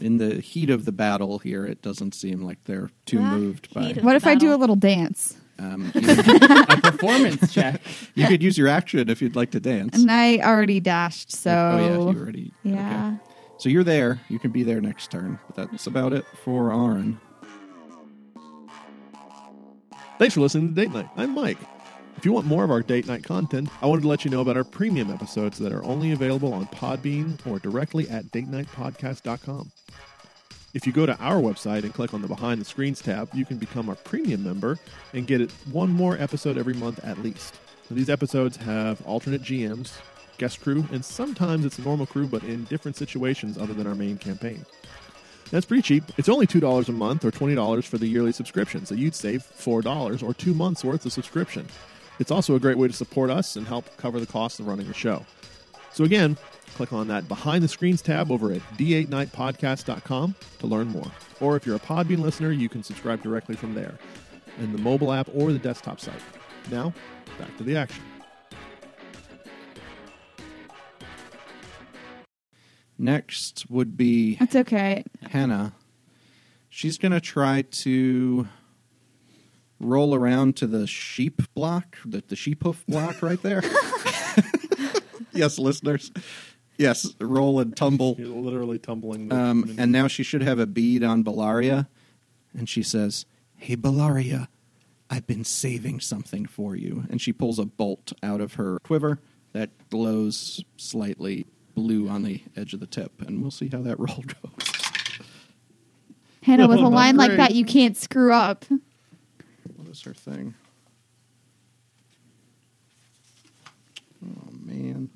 in the heat of the battle here, it doesn't seem like they're too Ah, moved by. heat of- What if I do a Battle. little dance? Um, you, a performance check. you could use your action if you'd like to dance. And I already dashed, so. oh yeah, you already. Yeah. Okay. So you're there. You can be there next turn. But that's about it for Aaron. Thanks for listening to Date Night. I'm Mike. If you want more of our date night content, I wanted to let you know about our premium episodes that are only available on Podbean or directly at datenightpodcast.com. If you go to our website and click on the Behind the Screens tab, you can become a premium member and get it one more episode every month at least. Now, these episodes have alternate GMs, guest crew, and sometimes it's a normal crew but in different situations other than our main campaign. That's pretty cheap. It's only $2 a month or $20 for the yearly subscription, so you'd save $4 or two months worth of subscription. It's also a great way to support us and help cover the cost of running the show. So, again, click on that Behind the Screens tab over at d8nightpodcast.com to learn more. Or if you're a Podbean listener, you can subscribe directly from there in the mobile app or the desktop site. Now, back to the action. Next would be That's okay. Hannah. She's gonna try to roll around to the sheep block, the, the sheep hoof block right there. yes, listeners. Yes, roll and tumble. literally tumbling. Um, and now she should have a bead on Bellaria. And she says, Hey, Bellaria, I've been saving something for you. And she pulls a bolt out of her quiver that glows slightly blue on the edge of the tip. And we'll see how that roll goes. Hannah, with a Oh, line like great. that, you can't screw up. What is her thing? Oh man.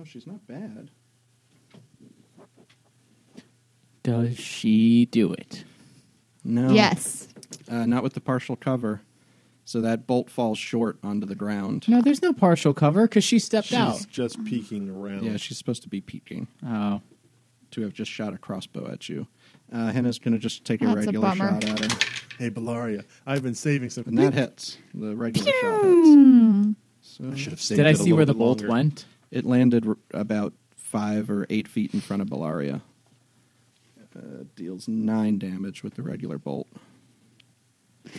Oh, she's not bad. Does she do it? No. Yes. Uh, not with the partial cover. So that bolt falls short onto the ground. No, there's no partial cover because she stepped She's out. just peeking around. Yeah, she's supposed to be peeking Oh, to have just shot a crossbow at you. Uh, Henna's going to just take a That's a regular bummer. shot at her. Hey, Bellaria, I've been saving some. And that hits. The regular shot I hits. should So have saved did I it a see where the little bit bolt longer. went? it landed r- about five or eight feet in front of Bellaria. Uh, deals nine damage with the regular bolt. And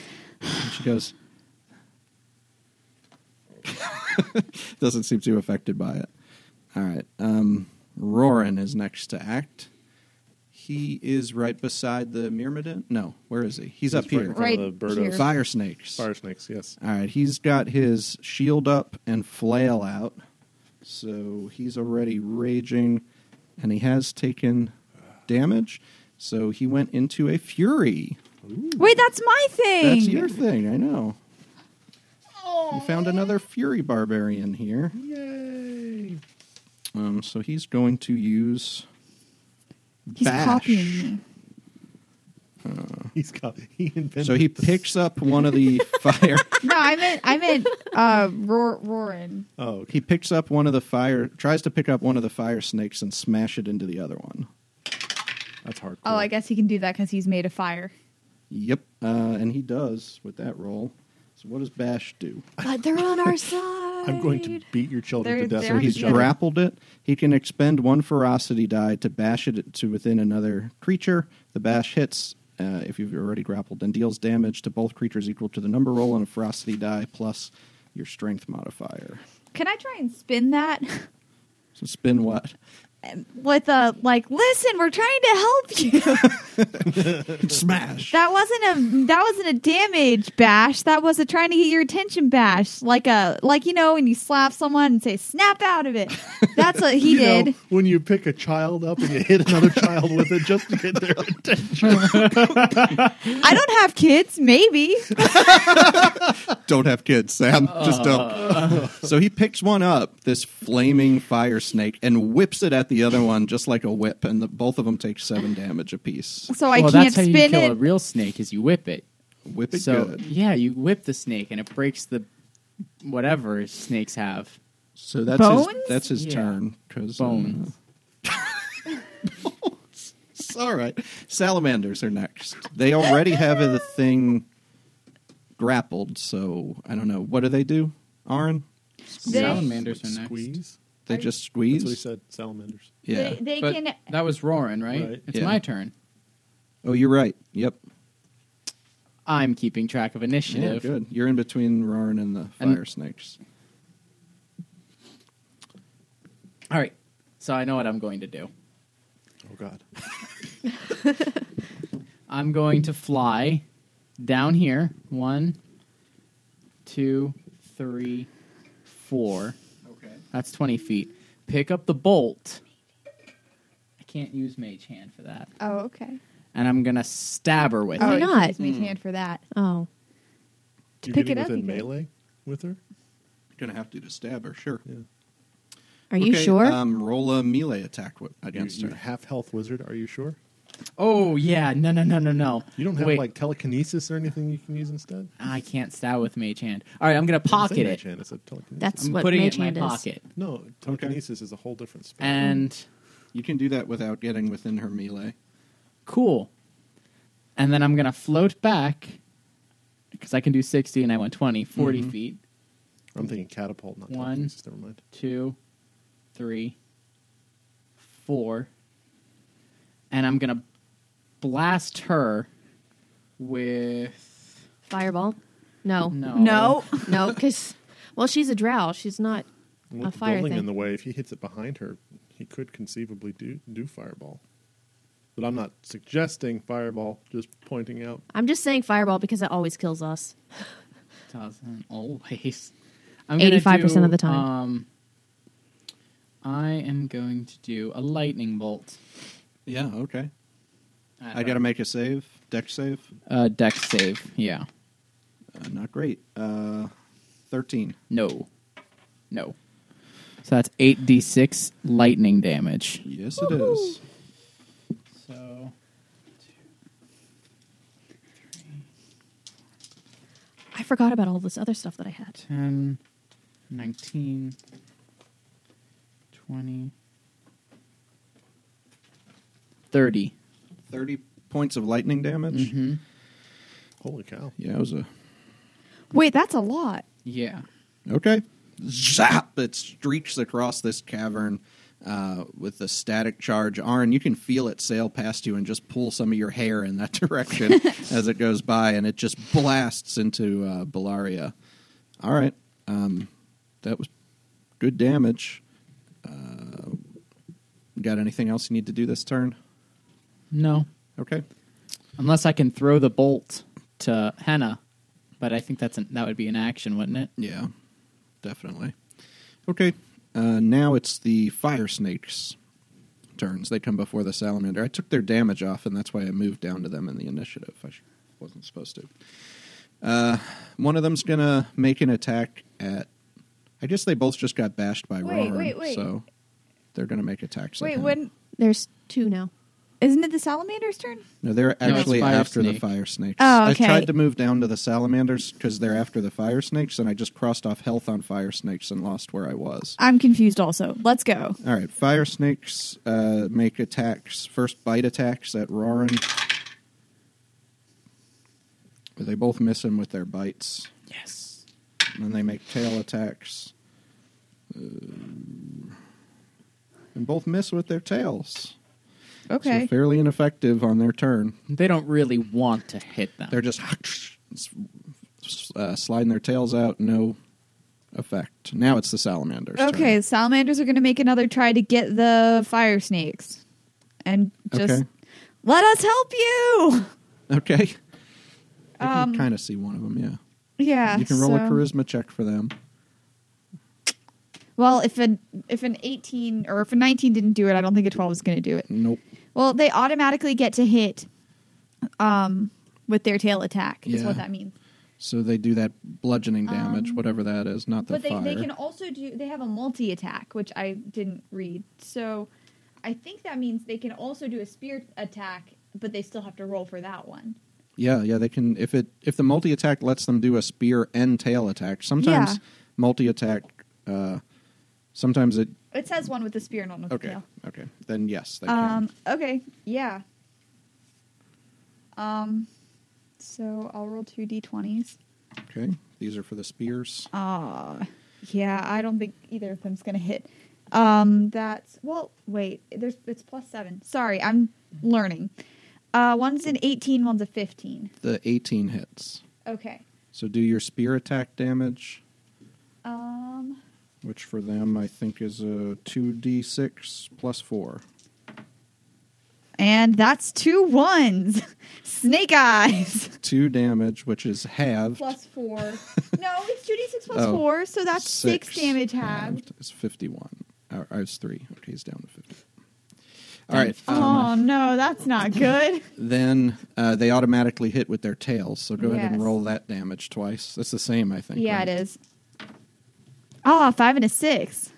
she goes. Doesn't seem too affected by it. All right. Um, Roran is next to act. He is right beside the Myrmidon. No, where is he? He's, up It's right here. in front of Right the Uh, bird here. of- Fire snakes. Fire snakes, yes. All right, he's got his shield up and flail out. So he's already raging and he has taken damage. So he went into a fury. Wait, that's my thing. That's your thing, I know. You found another fury barbarian here. Yay! Um, so he's going to use He's bash. copying me. Oh. He's got he invented. So he this- picks up one of the fire No, I meant I meant uh, roar, roaring. Oh, okay. he picks up one of the fire tries to pick up one of the fire snakes and smash it into the other one. that's hardcore. Oh, I guess he can do that because he's made of fire. Yep, uh, and he does with that roll. So what does Bash do? But they're on our side. I'm going to beat your children to They're- death. they're with He's each other. grappled it. He can expend one ferocity die to bash it to within another creature. The bash hits uh, if you've already grappled and deals damage to both creatures equal to the number roll on a ferocity die plus your strength modifier. Can I try and spin that So spin what? with a like? Listen, we're trying to help you. Smash. That wasn't a that wasn't a damage bash. That was a trying to get your attention bash, like a like you know when you slap someone and say snap out of it. That's what he You know, did. when you pick a child up and you hit another child with it just to get their attention. I don't have kids. Maybe don't have kids, Sam. Just don't. so he picks one up, this flaming fire snake, and whips it at the other one just like a whip, and the, both of them take seven damage apiece. so I well, can't that's how you spin kill it. a real snake is you whip it. Whip it so good. yeah, you whip the snake and it breaks the whatever snakes have So that's his, Bones? that's his Yeah. turn. Cause, um, bones. it's all right. Salamanders are next. They already have the thing grappled, so I don't know. What do they do, Aaron? They- Salamanders are next. Squeeze. They just That's what he squeeze? said. Salamanders. Yeah. They, they But can. that was roaring, right? Right. It's Yeah. my turn. Oh, you're right. Yep. I'm keeping track of Yeah, initiative. good. You're in between Rorn and the And- fire snakes. All right, so I know what I'm going to do. Oh God. I'm going to fly down here. One, two, three, four. Okay. That's 20 feet. Pick up the bolt. I can't use mage hand for that. oh, okay. And I'm going to stab her with Oh, it. Why you can not? Use me hand for that. Oh, You're pick getting it up, within you can. melee with her. Gonna have to just stab her, sure. Yeah. are you Okay, sure? Um, roll a melee attack wi- You, against you're her. half health wizard. Are you sure? Oh, yeah. No, no, no, no, no. You don't have Wait, like telekinesis or anything you can use instead. I can't stab with mage hand. All right, I'm going to pocket Same it. hand, it's a telekinesis. That's I'm what putting mage it in my hand is. pocket. no telekinesis is a whole different spell. And You can do that without getting within her melee. cool. And then I'm going to float back because I can do 60 and I went 20, 40 Mm-hmm. feet. I'm thinking catapult, not One. telekinesis. Never mind. two, three, four. And I'm going to blast her with. Fireball? No. No. No, No, because, well, she's a drow. She's not. With A the fire building in thing. the way, if he hits it behind her, he could conceivably do do fireball. But I'm not suggesting fireball. Just pointing out. I'm just saying fireball because it always kills us. Doesn't always. I'm gonna 85% of the time. Um, I am going to do a lightning bolt. Yeah, okay. I don't- got to make a save, deck save. uh, deck save. Yeah. Uh, not great. Uh, 13. No. No. So that's 8d6 lightning damage. Yes, it is. So forgot about all this other stuff that I had. 10, 19, 20, 30. 30 points of lightning damage. Mm-hmm. Mhm. Holy cow. Yeah, it was a. Wait, that's a lot. Yeah. Okay. Zap! It streaks across this cavern uh, with the static charge. Arn, you can feel it sail past you and just pull some of your hair in that direction as it goes by, and it just blasts into uh, Bellaria. All right. Um, that was good damage. Uh, got anything else you need to do this turn? No. Okay. Unless I can throw the bolt to Henna, but I think that's an, that would be an action, wouldn't it? Yeah, definitely. Okay, uh, now it's the fire snakes' turns. They come before the salamander. I took their damage off, and that's why I moved down to them in the initiative. I sh- wasn't supposed to. Uh, one of them's gonna make an attack at. I guess they both just got bashed by Wait, Rorn, wait, wait. so they're gonna make attacks. at Wait, him. when There's two now. isn't it the salamander's turn? No, they're it's actually fire after the snake. fire snakes. Oh, I okay. tried to move down to the salamanders because they're after the fire snakes, and I just crossed off health on fire snakes and lost where I was. I'm confused. Also, let's go. All right, fire snakes uh, make attacks. First bite attacks at Roarin. They both miss him with their bites. Yes. And then they make tail attacks. Uh, and both miss with their tails. So Okay. fairly ineffective on their turn. They don't really want to hit them. They're just uh, sliding their tails out. No effect. Now it's the salamander's turn. okay, salamanders are going to make another try to get the fire snakes, and just Okay. let us help you. Okay. I Um, can kind of see one of them, yeah. Yeah, You can roll a so- charisma check for them. Well, if an if an eighteen or if a nineteen didn't do it, I don't think a twelve is going to do it. Nope. Well, they automatically get to hit, um, with their tail attack is Yeah. what that means. So they do that bludgeoning damage, Um, whatever that is, not the but they, fire. they can also do they have a multi attack which i didn't read so i think that means they can also do a spear attack but they still have to roll for that one Yeah, yeah, they can. If it if the multi attack lets them do a spear and tail attack, sometimes Yeah. multi attack. Uh, sometimes it. it says one with the spear and one with Okay, the tail okay. Then yes, they um can. okay yeah um so i'll roll two d20s Okay, these are for the spears. uh yeah i don't think either of them's gonna hit um that's well wait there's it's plus seven sorry i'm learning uh one's an 18 one's a 15 The eighteen hits. okay So do your spear attack damage, Um, which for them I think is a two d six plus four. and that's two ones. Snake eyes. Two damage, which is halved. Plus four. no, it's two d six plus Oh. four, so that's six, damage halved. halved is 51. Or, or it's 3. Okay, he's down to 50. All Damn. right. uh, Oh no, that's not good. Then uh, they automatically hit with their tails, so go ahead and Yes. roll that damage twice. That's the same, I think. yeah, right? it is. Ah, five and a six.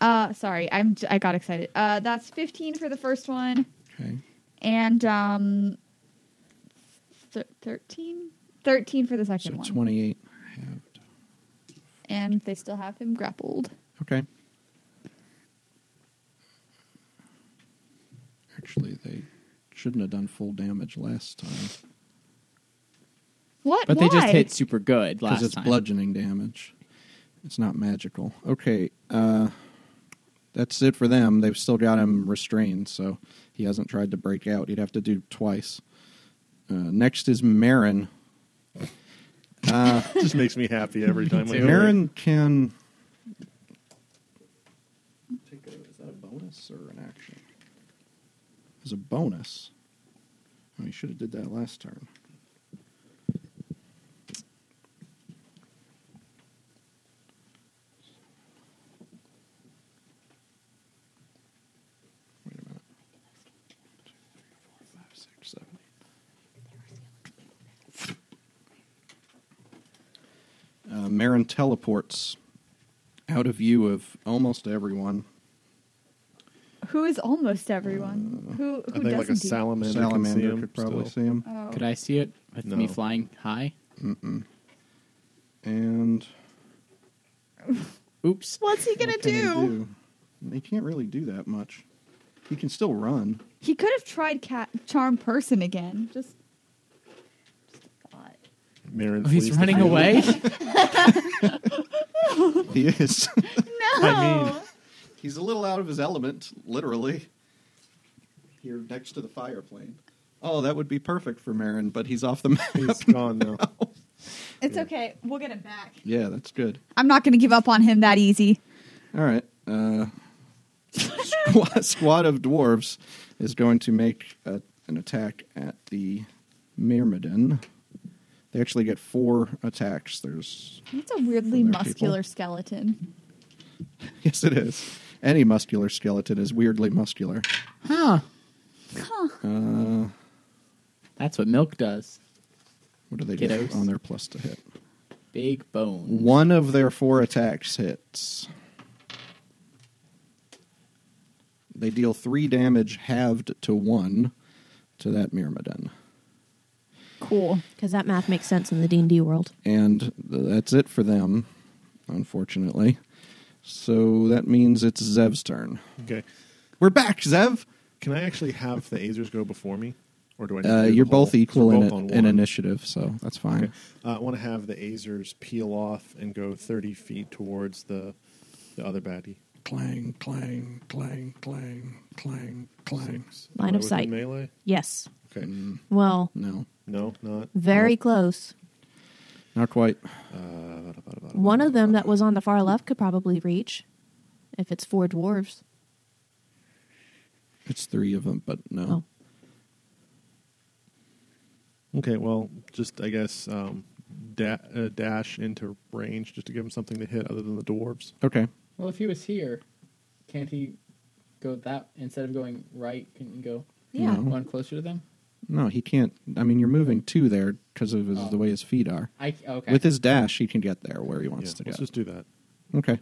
Uh, sorry, I'm j- I got excited. Uh, that's fifteen for the first one, Okay. and um, thir- 13? 13 for the So second one, 28 halved. and they still have him grappled. Okay. Actually, they shouldn't have done full damage last time What? but they just Why? hit super good last because it's time. bludgeoning damage. It's not magical. Okay. Uh, that's it for them. They've still got him restrained, so he hasn't tried to break out. He'd have to do twice. Uh, next is Marin. It just makes me happy every time. I hear Marin can. Take a, is that a bonus or an action? As a bonus. Oh, you should have did that last turn. Wait a minute. Two, three, four, five, six, seven, eight. Uh, Marin teleports out of view of almost everyone. Who is almost everyone? who? I Who think doesn't like a do- salamander, can Salamander see him could probably still. see him. Oh. Could I see it with No. me flying high? And Oops. What's he gonna what can he do? do? He can't really do that much. He can still run. He could have tried cat charm person again. Just, just a thought. Marin Oh, he's flees the running field. away. He is. No. I mean- He's a little out of his element, literally. Here next to the fire plane. Oh, that would be perfect for Marin, but he's off the map. He's gone now. it's okay. We'll get him back. Yeah, that's good. I'm not gonna give up on him that easy. All right. Uh, squad, squad of dwarves is going to make a, an attack at the Myrmidon. They actually get four attacks. There's It's a weirdly From their muscular people. skeleton. yes, it is. Any muscular skeleton is weirdly muscular. huh. Huh. Uh, That's what milk does. what do they get Kiddos. on their plus to hit? Big bone. One of their four attacks hits. They deal three damage halved to one to that Myrmidon. Cool. Because that math makes sense in the D&D world. and th- that's it for them, unfortunately. So that means it's Zev's turn. Okay. We're back, Zev. Can I actually have the Azers go before me, or do I? Need to Uh, do the you're whole- both equal we're in, both it- on in one. initiative, so that's fine. Okay. Uh, I want to have the Azers peel off and go 30 feet towards the the other baddie. Clang, clang, clang, clang, clang, clang. Line Am I of within sight. Melee. Yes. Okay. Mm. Well, No, No, not. very Nope. close. not quite. One of them that was on the far left could probably reach if it's four dwarves. It's three of them, but no. Oh. Okay. Well, just I guess um, da- uh, dash into range just to give him something to hit other than the dwarves. Okay. Well, if he was here, can't he go that instead of going right? Can you go Yeah. No. one closer to them? No, he can't. I mean, you're moving two there because of his, Oh. the way his feet are. I okay. With his dash, he can get there where he Yeah, wants to let's go. just do that. okay.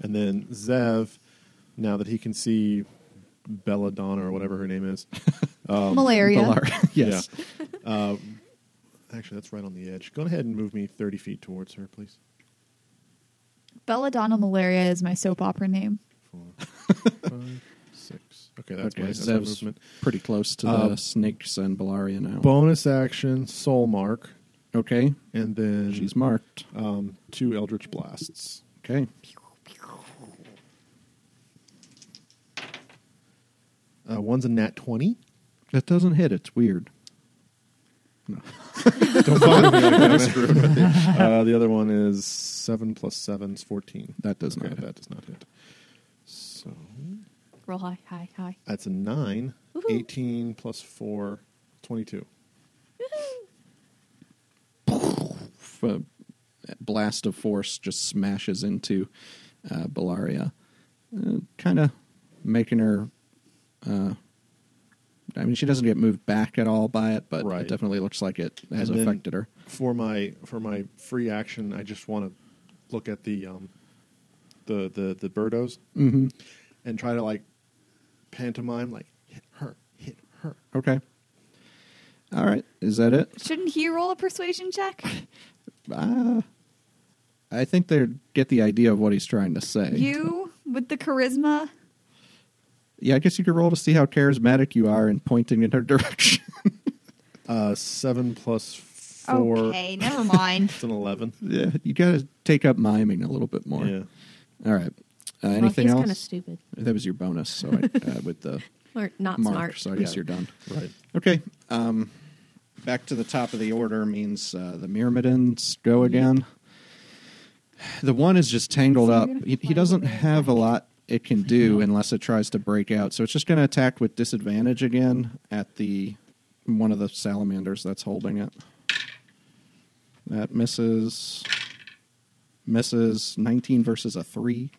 And then Zev, now that he can see Belladonna or whatever her name is, Malaria. Valar- yes. Yeah. uh, actually, that's right on the edge. Go ahead and move me 30 feet towards her, please. Belladonna malaria is my soap opera name. Four, five, six. Okay, that's Okay, my, that's my Zev's movement. pretty close to Uh, the snakes and Bellaria now. Bonus action, soul mark, Okay, and then she's marked. um, two eldritch blasts. Okay, Uh, one's a nat 20. that doesn't hit. It's weird. Don't bother me. like that, man. uh, the other one is 7 plus 7 is 14. That does Okay, not. That does not hit. So Roll high, high, high. that's a 9. Woohoo. 18 plus 4, 22. F- uh, blast of force just smashes into uh, Bellaria, uh, kind of making her. Uh, I mean, she doesn't get moved back at all by it, but Right. it definitely looks like it has And then affected her. For my for my free action, I just want to look at the um, the the the birdos hmm and try to like pantomime like hit her, hit her. Okay. All right. Is that it? Shouldn't he roll a persuasion check? Uh, I think they get the idea of what he's trying to say. You with the charisma? Yeah, I guess you could roll to see how charismatic you are in pointing in her direction. Uh, seven plus four. Okay, never mind. It's an eleven. yeah, you got to take up miming a little bit more. Yeah. All right. Uh, well, anything he's kind of else? stupid. That was your bonus. So I, uh, with the Or not mark, smart. so I guess Yeah. you're done. Right. Okay. Um, back to the top of the order means uh, the Myrmidons go again. The one is just tangled So up. you're gonna He, he fly doesn't away. have a lot it can do unless it tries to break out. So it's just going to attack with disadvantage again at the one of the salamanders that's holding it. That misses. Misses 19 versus a 3.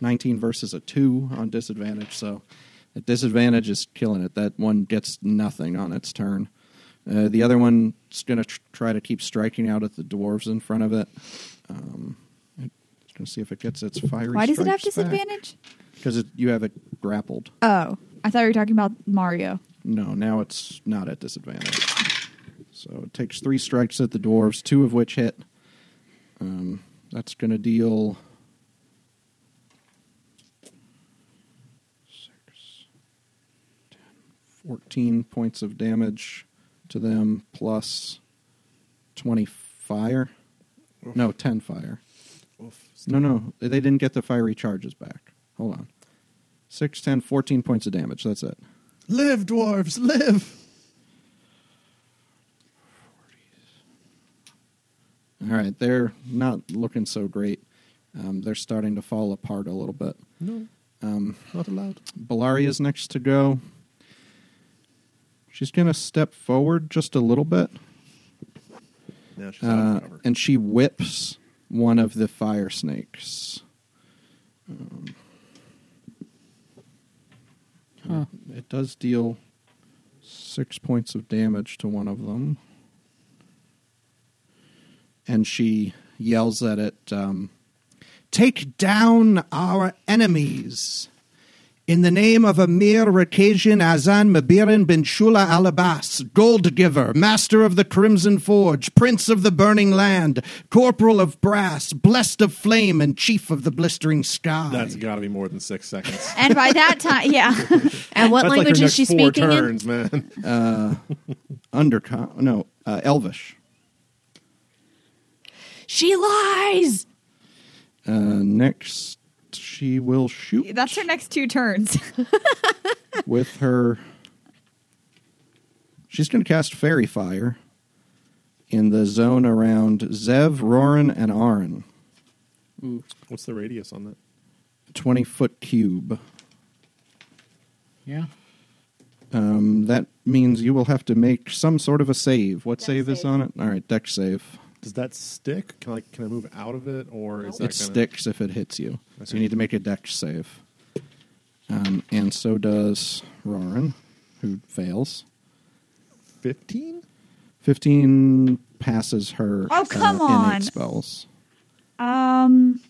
19 versus a 2 on disadvantage. So the disadvantage is killing it. That one gets nothing on its turn. Uh, the other one's going to tr- try to keep striking out at the dwarves in front of it. Um, it's going to see if it gets its fiery Why does it have strikes back. disadvantage? Because you have it grappled. Oh, I thought you were talking about Mario. No, now it's not at disadvantage. So it takes three strikes at the dwarves, two of which hit. Um, That's going to deal. six, 10, 14 points of damage to them plus 20 fire. No, 10 fire. No, no. They didn't get the fiery charges back. Hold on. 6, 10, 14 points of damage. That's it. Live, dwarves, live! All right. They're not looking so great. Um, they're starting to fall apart a little bit. No, Um, not allowed. Belaria's next to go. She's going to step forward just a little bit, Now she's out uh, of cover. and she whips one of the fire snakes. Um, it, it does deal six points of damage to one of them. And she yells at it um, Take down our enemies! In the name of Amir Rakasian Azan Mabirin bin Shula Alabas, gold giver, master of the crimson forge, prince of the burning land, corporal of brass, blessed of flame, and chief of the blistering sky. That's got to be more than six seconds. And by that time, yeah. And what That's like language her is next she four speaking in? turns, man. Underco- no, uh, Elvish. She lies. Uh, next, she will shoot That's her next two turns. with her. She's going to cast Fairy Fire in the zone around Zev, Roran, and Arin. What's the radius on that? 20 foot cube. Yeah. Um, that means you will have to make some sort of a save. What Dex save, is save. on it? All right, deck save. Does that stick? Can I can I move out of it, or is that It gonna- sticks if it hits you. So Okay. you need to make a deck save. Um, and so does Roran, who fails. Fifteen. 15 passes her Oh, come uh, innate on. spells. um,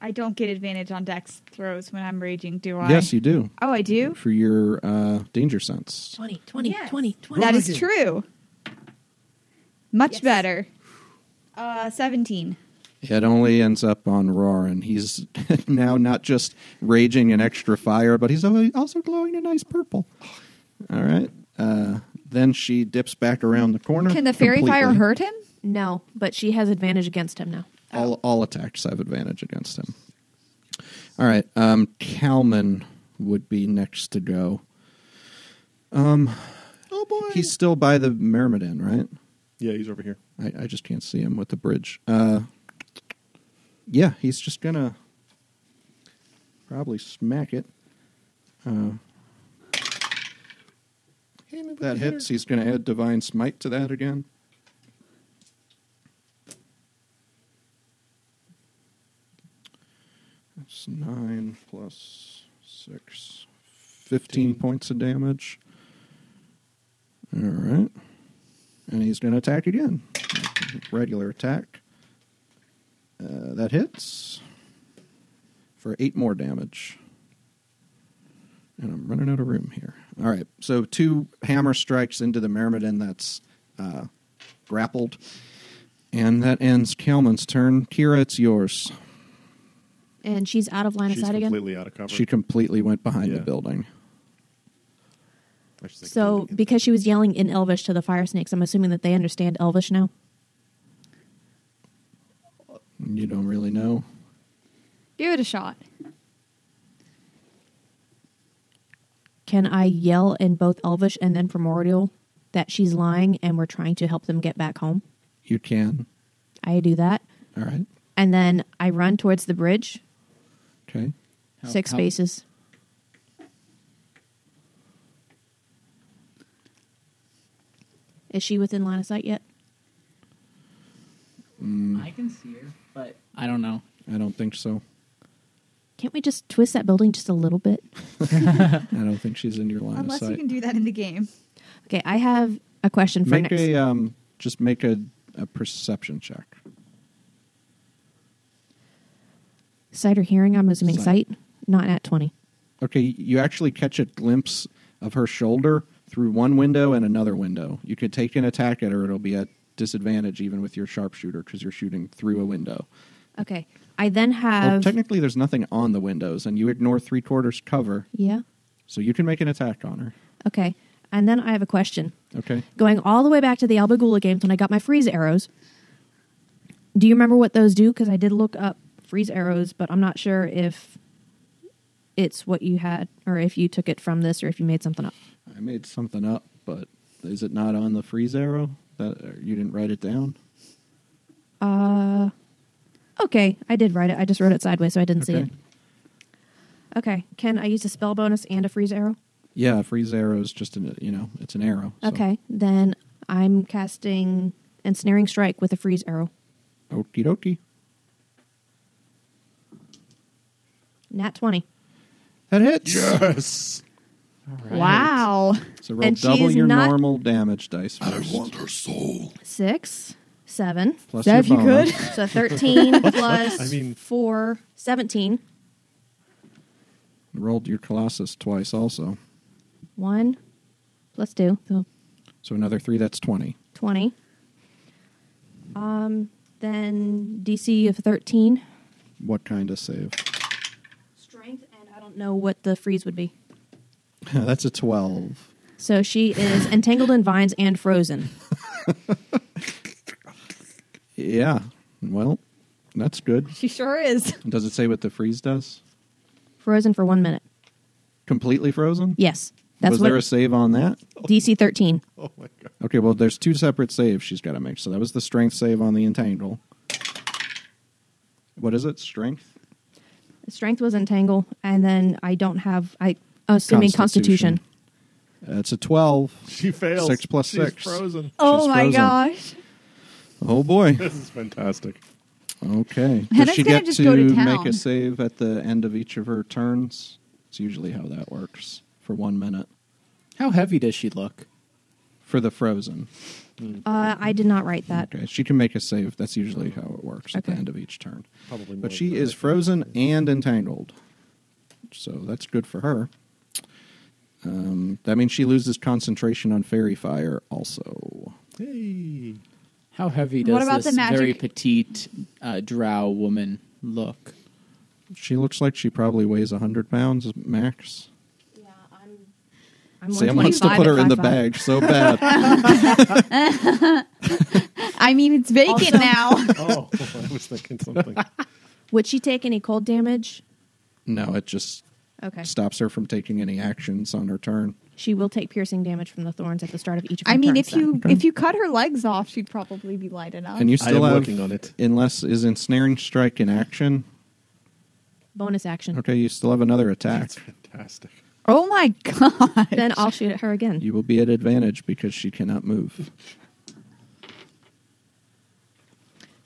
I don't get advantage on dex throws when I'm raging, do I? Yes, you do. Oh, I do? For your uh, danger sense. 20, 20, Yes. 20, 20. That is true. Much better. Uh, 17. It only ends up on Roran. He's now not just raging an extra fire, but he's al- also glowing a nice purple. All right. Uh, then she dips back around the corner. Can the fairy fire completely. hurt him? No, but she has advantage against him now. All, all attacks have advantage against him. All right. Um, Kalman would be next to go. Oh boy. He's still by the Myrmidon, right? yeah, he's over here. I, I just can't see him with the bridge. Uh, yeah, he's just gonna probably smack it. Hey, maybe we That can hit hits. her. He's gonna add divine smite to that again. That's nine plus six. 15 points of damage. All right. And he's going to attack again. Regular attack. Uh, that hits for eight more damage. And I'm running out of room here. All right. So two hammer strikes into the Myrmidon that's uh, grappled. And that ends Kalman's turn. Kira, it's yours. And she's out of line She's of sight again. completely out of cover. She completely went behind the Yeah. building. I should say So, completely. because she was yelling in Elvish to the fire snakes, I'm assuming that they understand Elvish now. You don't really know. Give it a shot. Can I yell in both Elvish and then Primordial that she's lying and we're trying to help them get back home? You can. I do that. All right. And then I run towards the bridge, Okay. How- six how- spaces. Is she within line of sight yet? I can see her, but I don't know. I don't think so. Can't we just twist that building just a little bit? I don't think she's in your line Unless of you sight. can do that in the game. Okay, I have a question for make next. a um, just make a, a perception check. sight or hearing? I'm assuming Sight. sight. not at 20. Okay, you actually catch a glimpse of her shoulder through one window and another window. You could take an attack at her; it'll be at disadvantage even with your sharpshooter because you're shooting through a window. Okay. I then Well, Uh, have. technically, there's nothing on the windows, and you ignore three quarters cover, yeah. so you can make an attack on her. Okay. And then I have a question. Okay. Going all the way back to the Alba Gula games when I got my freeze arrows. Do you remember what those do? Because I did look up freeze arrows, but I'm not sure if it's what you had or if you took it from this or if you made something up. I made something up, but is it not on the freeze arrow? That or you didn't write it down. Uh, okay, I did write it. I just wrote it sideways, so I didn't see Okay. it. Okay, can I use a spell bonus and a freeze arrow? Yeah, freeze arrow is just an you know it's an arrow. so- Okay, then I'm casting ensnaring strike with a freeze arrow. Okie dokie. Nat twenty. That hits. Yes. Wow. So roll And she double is your not- normal damage dice first. her soul. Six, seven. Plus Dad, your you bonus. could. So 13 plus I mean- 4, 17. Rolled your colossus twice also. 1 plus 2, so So another three. That's twenty. 20. Um, then DC of 13. What kind of save? Strength, and I don't know what the freeze would be. that's a twelve. So she is entangled in vines and frozen. Yeah. Well, that's good. She sure is. Does it say what the freeze does? Frozen for one minute. Completely frozen. Yes. That's was what there a save on that? DC 13. Oh my god. Okay, well, there's two separate saves she's got to make. So that was the strength save on the entangle. What is it? Strength? Strength was entangle, and then I don't have, I assuming constitution. Uh, it's a 12. She fails. Six plus She's six. Frozen. Oh my frozen. gosh. Oh, boy. This is fantastic. Okay. Heather's Does she gonna get just to, go to town. make a save at the end of each of her turns? It's usually how that works for one minute How heavy does she look? for the frozen. Uh, I did not write that. Okay, she can make a save. That's usually how it works at the Okay. end of each turn. Probably more But she than is that. frozen and entangled. So that's good for her. Um, that means she loses concentration on fairy fire also. Hey. How heavy does What about this the magic- very petite uh, drow woman look? She looks like she probably weighs 100 pounds max. Yeah, I'm. I'm Sam wants to 125 put her at in the 5'5". bag so bad. I mean, it's vacant now. Oh, I was thinking something. Would she take any cold damage? no, it just Okay. stops her from taking any actions on her turn. She will take piercing damage from the thorns at the start of each of her I mean, turns, if you then. if you cut her legs off, she'd probably be light enough. And you I am still have, working on it. unless is ensnaring strike in action. bonus action, Okay, you still have another attack. That's fantastic. oh my god. then I'll shoot at her again. You will be at advantage because she cannot move.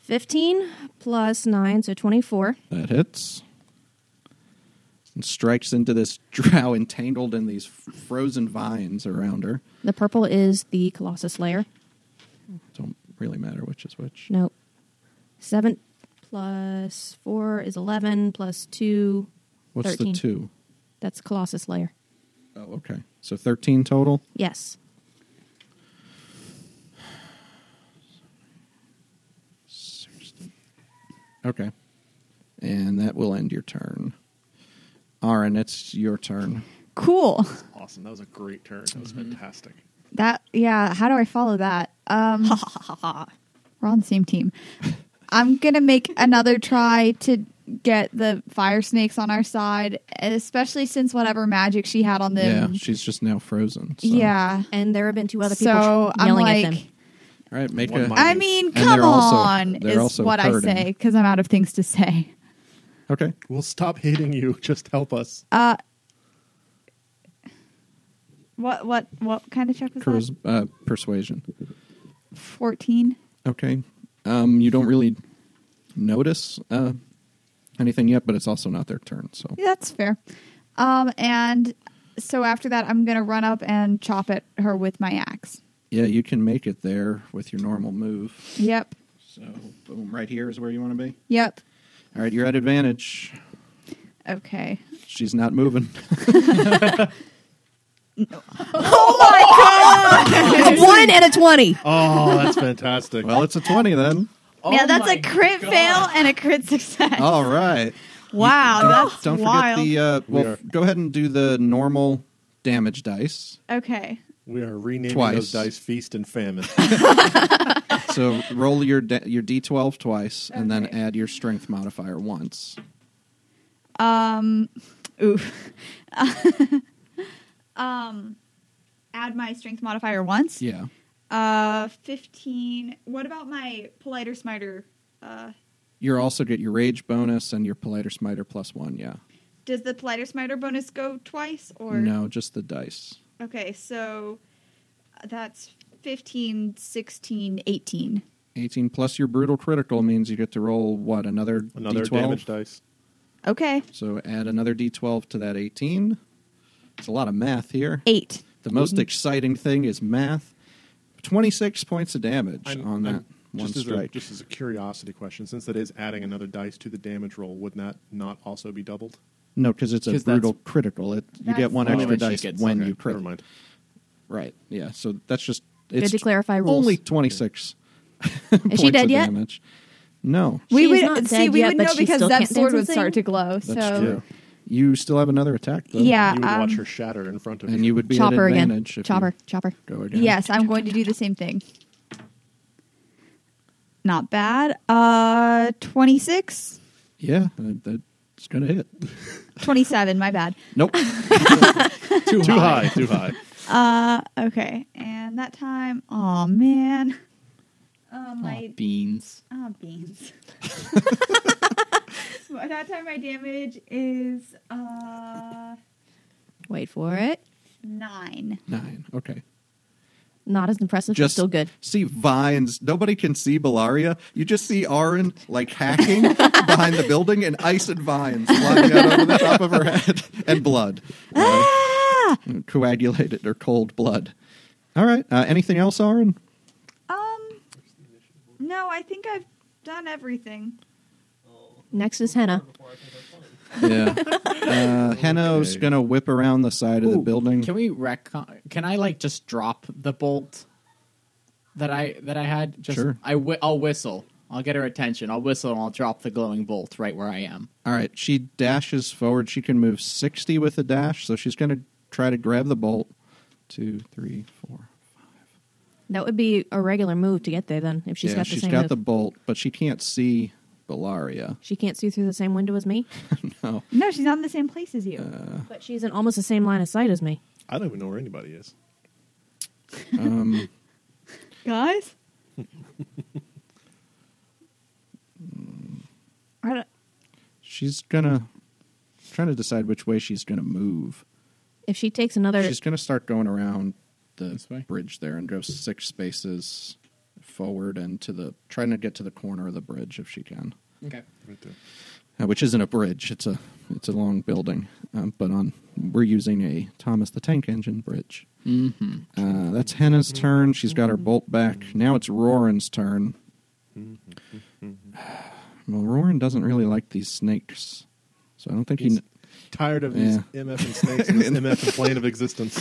15 plus 9, so 24. That hits. And strikes into this drow entangled in these f- frozen vines around her. The purple is the Colossus Layer. Don't really matter which is which. No. 7 plus 4 is 11, plus 2, What's 13. the two? That's Colossus Layer. Oh, okay. So 13 total. Yes. Okay. And that will end your turn. Aaron, it's your turn. cool. Awesome. That was a great turn. That was Mm-hmm. fantastic. That yeah, how do I follow that? Um We're on the same team. I'm going to make another try to get the fire snakes on our side, especially since whatever magic she had on yeah, them. she's just now frozen. So. yeah. And there have been two other people So tr- I'm yelling like at them. All right, make One a. mind. I mean, And come they're also- on, they're is also what hurting. I say because I'm out of things to say. Okay. We'll stop hating you. Just help us. What what what kind of check was Charisma, uh, persuasion. that? Fourteen. Okay. Um, you don't really notice uh, anything yet, but it's also not their turn. So Yeah, that's fair. Um, and so after that, I'm gonna run up and chop at her with my axe. yeah, you can make it there with your normal move. Yep, So boom, right here is where you want to be. yep. All right, you're at advantage. Okay. She's not moving. A one and a twenty. Oh, that's fantastic. Well, it's a 20 then. yeah, Oh that's my a crit God. fail and a crit success. All right. wow, Oh, that's Don't wild. forget the. Uh, We well, are- f- go ahead and do the normal damage dice. okay. we are renaming Twice. those dice Feast and Famine. So roll your da- your d12 twice, and then Okay. add your strength modifier once. Um, oof. um, add my strength modifier once. Yeah. Uh, fifteen. What about my polite or smiter? Uh, You are also get your rage bonus and your politer smiter plus one. Yeah. does the polite or smiter bonus go twice or No, just the dice. Okay, so uh, that's 15, 16, 18. 18 plus your brutal critical means you get to roll what another Another d12. damage dice. Okay, So add another d12 to that 18. It's a lot of math here. eight. The most exciting thing is math. 26 points of damage I'm- on that I'm- one just As a, strike. just as a curiosity question, since that is adding another dice to the damage roll, would that not also be doubled? no, because it's a 'Cause brutal that's- critical. It, you That's get one only extra when she dice gets- when okay, you crit. Never mind. Right. Yeah. So that's just it's to clarify rules. Only 26 Is points she dead of yet? damage. No. We She's would- not see, dead we yet, would but know she because still that that can't sword sword dance would would and start start sing. to to glow. That's so true. You still have another attack though. Yeah. you would watch um, her shatter in front of you. And you would be Chopper at again. advantage if you Chopper. Chopper. Go again. Yes, I'm going to do the same thing. Not bad. Uh 26, Yeah, that- that's going to hit. 27, my bad. Nope. too high, too high. Uh okay, and that time, oh man. Oh Aw, my beans. Oh, beans. Well, that time my damage is uh Wait for it. nine. 9. Okay. Not as impressive. but Just still good. See vines. Nobody can see Bellaria. You just see Arin like hacking behind the building and ice and vines flying out over the top of her head and blood. Uh, coagulated or cold blood. All right. Uh, anything else, Arin? Um, no, I think I've done everything. Next is henna. Yeah. Uh, Heno's going to whip around the side of the Ooh, building. Can we rec? Can I like just drop the bolt that I that I had? Just, Sure. I whi I'll whistle. I'll get her attention. I'll whistle and I'll drop the glowing bolt right where I am. All right. She dashes forward. She can move 60 with a dash, so she's going to try to grab the bolt. Two, three, four. That would be a regular move to get there. Then, if she's yeah, got the she's same got move, the bolt, but she can't see Bellaria. she can't see through the same window as me, No. No, she's not in the same place as you. but she's in almost the same line of sight as me. I don't even know where anybody is. Um, Guys? I don't, she's going to trying to decide which way she's going to move. If she takes another, She's going to start going around the This way? bridge there and go six spaces forward and to the trying to get to the corner of the bridge if she can, Okay. Right there. uh, which isn't a bridge. It's a it's a long building, um, but on we're using a Thomas the Tank Engine bridge. Mm-hmm. Uh, that's Henna's turn. She's got her bolt back. Now it's Roran's turn. Well, Roran doesn't really like these snakes, so I don't think he. He's kn- tired of these Yeah. MF and snakes and this MF and plane of existence.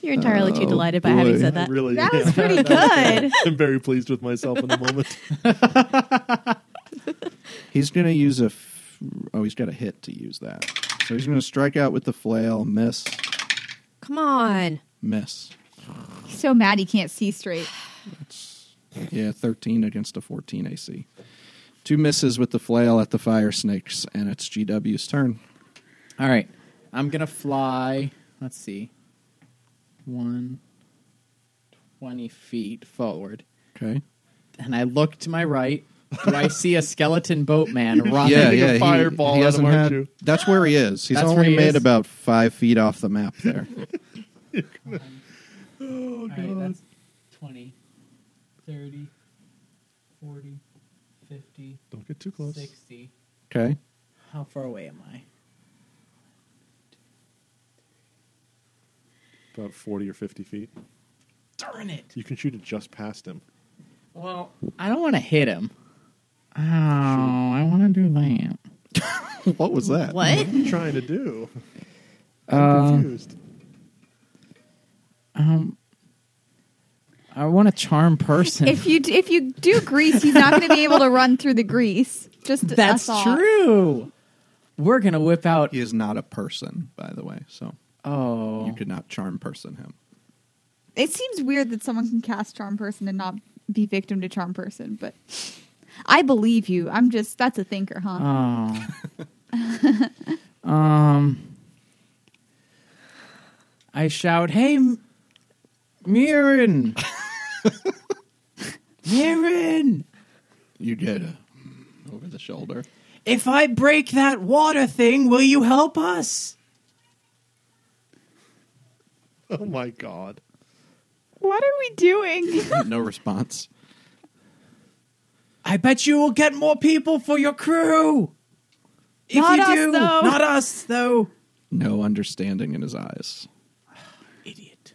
you're entirely too delighted by having oh, boy. said that. Really, that yeah. was pretty good. I'm very pleased with myself in the moment. He's going to use a. F- oh, he's got a hit to use that. So he's going to strike out with the flail, miss, Come on, miss. He's so mad he can't see straight. Yeah, 13 against a 14 AC. Two misses with the flail at the fire snakes, and it's GW's turn. All right. I'm going to fly. Let's see. One, 20 feet forward. Okay. And I look to my right. Do I see a skeleton boatman running? Yeah, yeah. a fireball at him, hasn't aren't had- you? That's where he is. He's That's where only he made is? about five feet off the map there. Oh, All right, that's 20, 30, 40, 50, Don't get too close. 60. Okay. How far away am I? About 40 or 50 feet. Darn it. You can shoot it just past him. Well, I don't want to hit him. Oh, I want to do that. what was that? What? are you trying to do? I'm Um, confused. um, I want a charm person. If you d- if you do grease, he's not going to be able to run through the grease. Just a That's thought. true. We're gonna whip out. He is not a person, by the way, so Oh, you could not charm person him. It seems weird that someone can cast charm person and not be victim to charm person, but I believe you. I'm just that's a thinker, huh? Oh. um. I shout, "Hey, M- Mirren! Mirren! You get a mm, over the shoulder. If I break that water thing, will you help us?" Oh my god. what are we doing? No response. I bet you will get more people for your crew. If Not you us, do, though. not us though. No understanding in his eyes. Idiot.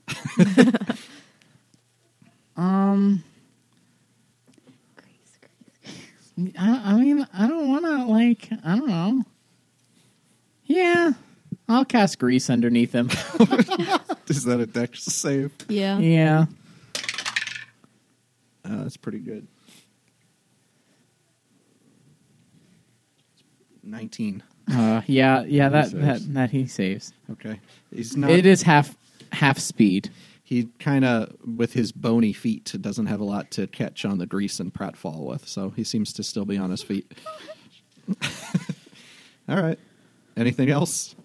um. I, I mean, I don't want to, like, I don't know. Yeah. I'll cast grease underneath him. Is that a dex save? Yeah. yeah. Uh, that's pretty good. 19. Uh, yeah, yeah, that, saves. that, that he saves. Okay. He's not. it is half half speed. He kind of, with his bony feet, doesn't have a lot to catch on the grease and pratfall with, so he seems to still be on his feet. All right. Anything else?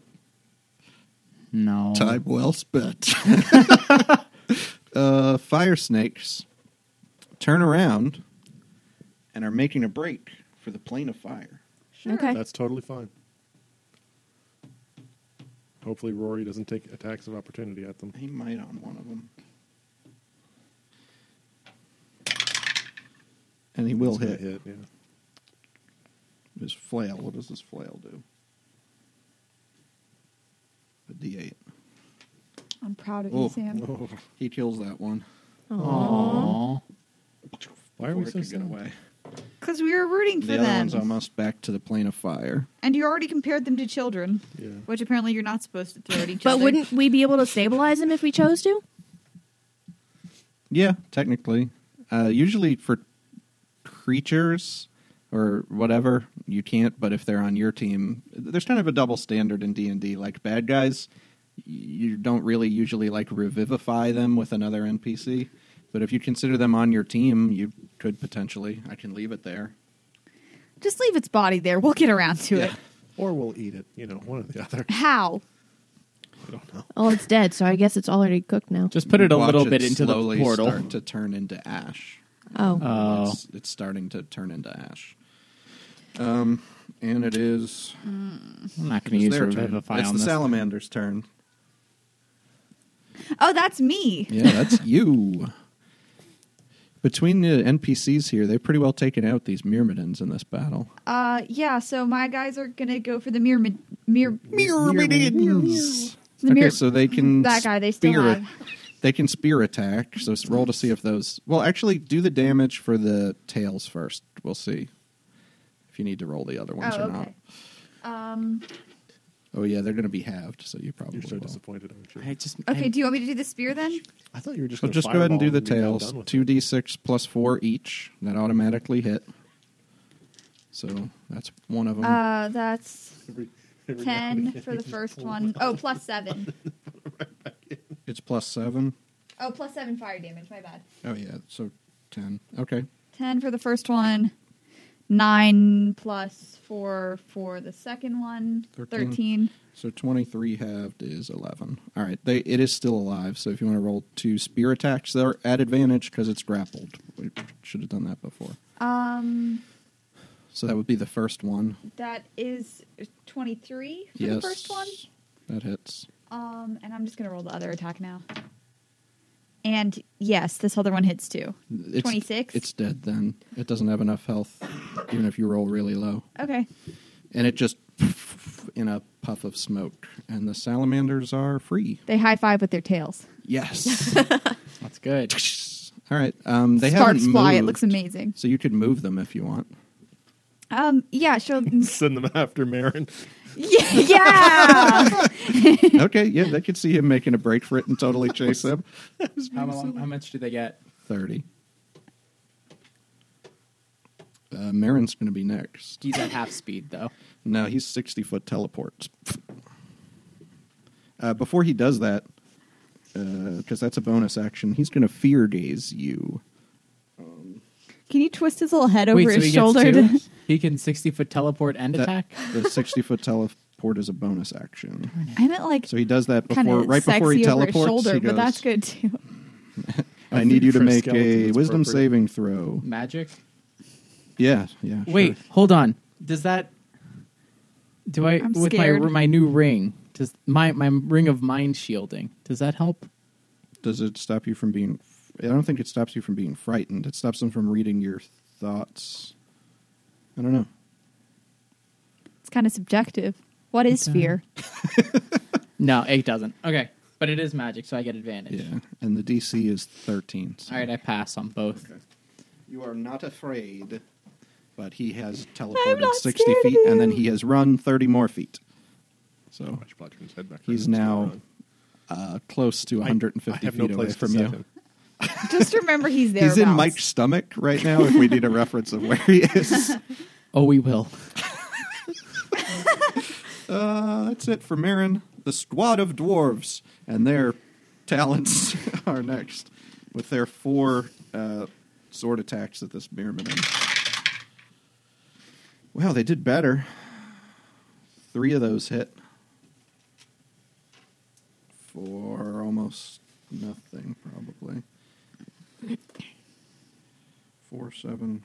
No. Time well spent. uh, fire snakes turn around and are making a break for the plane of fire. Okay. That's totally fine. Hopefully, Rory doesn't take attacks of opportunity at them. He might on one of them. And he will It's gonna hit. Yeah. His flail. What does his flail do? A D8. I'm proud of Oh. you, Sam. Oh, He kills that one. Aw. why are we so Before it can sad? get away? Because we were rooting for The other them, one's almost back to the plane of fire. and you already compared them to children, Yeah. which apparently you're not supposed to throw at each But other. wouldn't we be able to stabilize him if we chose to? Yeah, technically. Uh, usually for creatures or whatever, you can't. But if they're on your team, there's kind of a double standard in D and D. Like bad guys, you don't really usually like revivify them with another NPC. But if you consider them on your team, you could potentially. I can leave it there. just leave its body there? We'll get around to it. Or we'll eat it. You know, one or the other. How? I don't know. Oh, it's dead, so I guess it's already cooked now. Just put it a Watch little bit into the slowly portal. Start to turn into ash. oh, Oh. It's, it's starting to turn into ash. Um, and it is. I'm not going It's to use their turn. revivify It's on the this. salamander's turn. Oh, that's me. Yeah, that's you. Between the NPCs here, they've pretty well taken out these Myrmidons in this battle. Uh, yeah. So my guys are gonna go for the mirror, mirror, Myrmidons. The okay, Myr- so they can that guy they still spear, have. They can spear attack. So s- roll to see if those. Well, actually, do the damage for the tails first. We'll see if you need to roll the other ones Oh, or not. okay. Um. Oh yeah, they're going to be halved, so you probably You're so will. disappointed, aren't you? I just, Okay. I- Do you want me to do the spear then? I thought you were just So going to just go ahead and do the tails. Two d six plus four each. That automatically hit. So that's one of them. Uh, that's ten for the first one. Oh, plus seven. it's plus seven. Oh, plus seven fire damage. My bad. Oh yeah, so ten. Okay. Ten for the first one. Nine plus four for the second one. Thirteen. Thirteen. So twenty three halved is eleven. All right. They it is still alive. So if you want to roll two spear attacks, they're at advantage because it's grappled. We should have done that before. Um, So that would be the first one. that is twenty-three for yes. the first one. That hits. Um, and I'm just gonna roll the other attack now. And yes, this other one hits too. It's- 26? It's dead then. It doesn't have enough health, even if you roll really low. Okay. and it just in a puff of smoke and the salamanders are free They high five with their tails. yes That's good. all right um they Sparks haven't fly. It moved, looks amazing. so you could move them if you want Um, yeah, she'll. Send them after Marin. yeah! okay, yeah, they could see him making a break for it and totally chase him. How, mu- how much do they get? 30. Uh, Marin's going to be next. He's at half speed though. No, he's 60 foot teleports. Uh, before he does that, because that's a bonus action, he's going to fear gaze you. Can you twist his little head over Wait, so his he shoulder? gets two? to- He can sixty foot teleport and That- attack. The 60 foot teleport is a bonus action. I meant like So he does that kind before, of right sexy before he over his teleports. shoulder, he but goes, that's good too. I, I need think you to for a make skeleton, a it's wisdom appropriate. saving throw. Magic. Yeah, yeah. sure. Wait, hold on. Does that? Do I I'm with scared. my my new ring? Does my my ring of mind shielding? Does that help? Does it stop you from being? I don't think it stops you from being frightened. It stops them from reading your thoughts. I don't know. It's kind of subjective. What is fear? No, it doesn't. Okay, but it is magic, so I get advantage. Yeah, and the DC is thirteen. so- All right, I pass on both. You are not afraid, but he has I'm teleported not sixty scared of feet, and then you. he has run thirty more feet. So Watch Blotch turn his head back he's around. now uh, close to one I- hundred and I fifty have feet no away place to from set you. him. Just remember he's there. He's in Mike's stomach right now. If we need a reference of where he is, Oh, we will. Uh, that's it for Marin. The squad of dwarves and their talents are next with their four uh, sword attacks at this Merriman. Wow, they did better. Three of those hit for almost nothing, probably. Four, seven,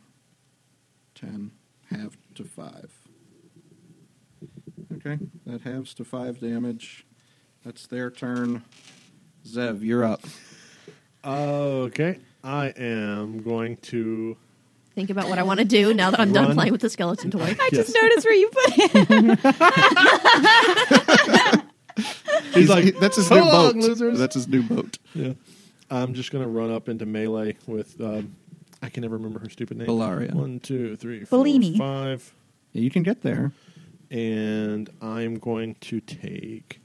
ten, half to five. Okay, that halves to five damage. That's their turn. Zev, you're up. Okay, I am going to. Think about what I want to do now that I'm done Run. playing with the skeleton toy. I just Yes. noticed where you put it. He's like, that's his "So new long, boat. losers." That's his new boat. Yeah. I'm just going to run up into melee with. Um, I can never remember her stupid name. Bellaria. One, two, three, four, Bellini. five. You can get there. And I'm going to take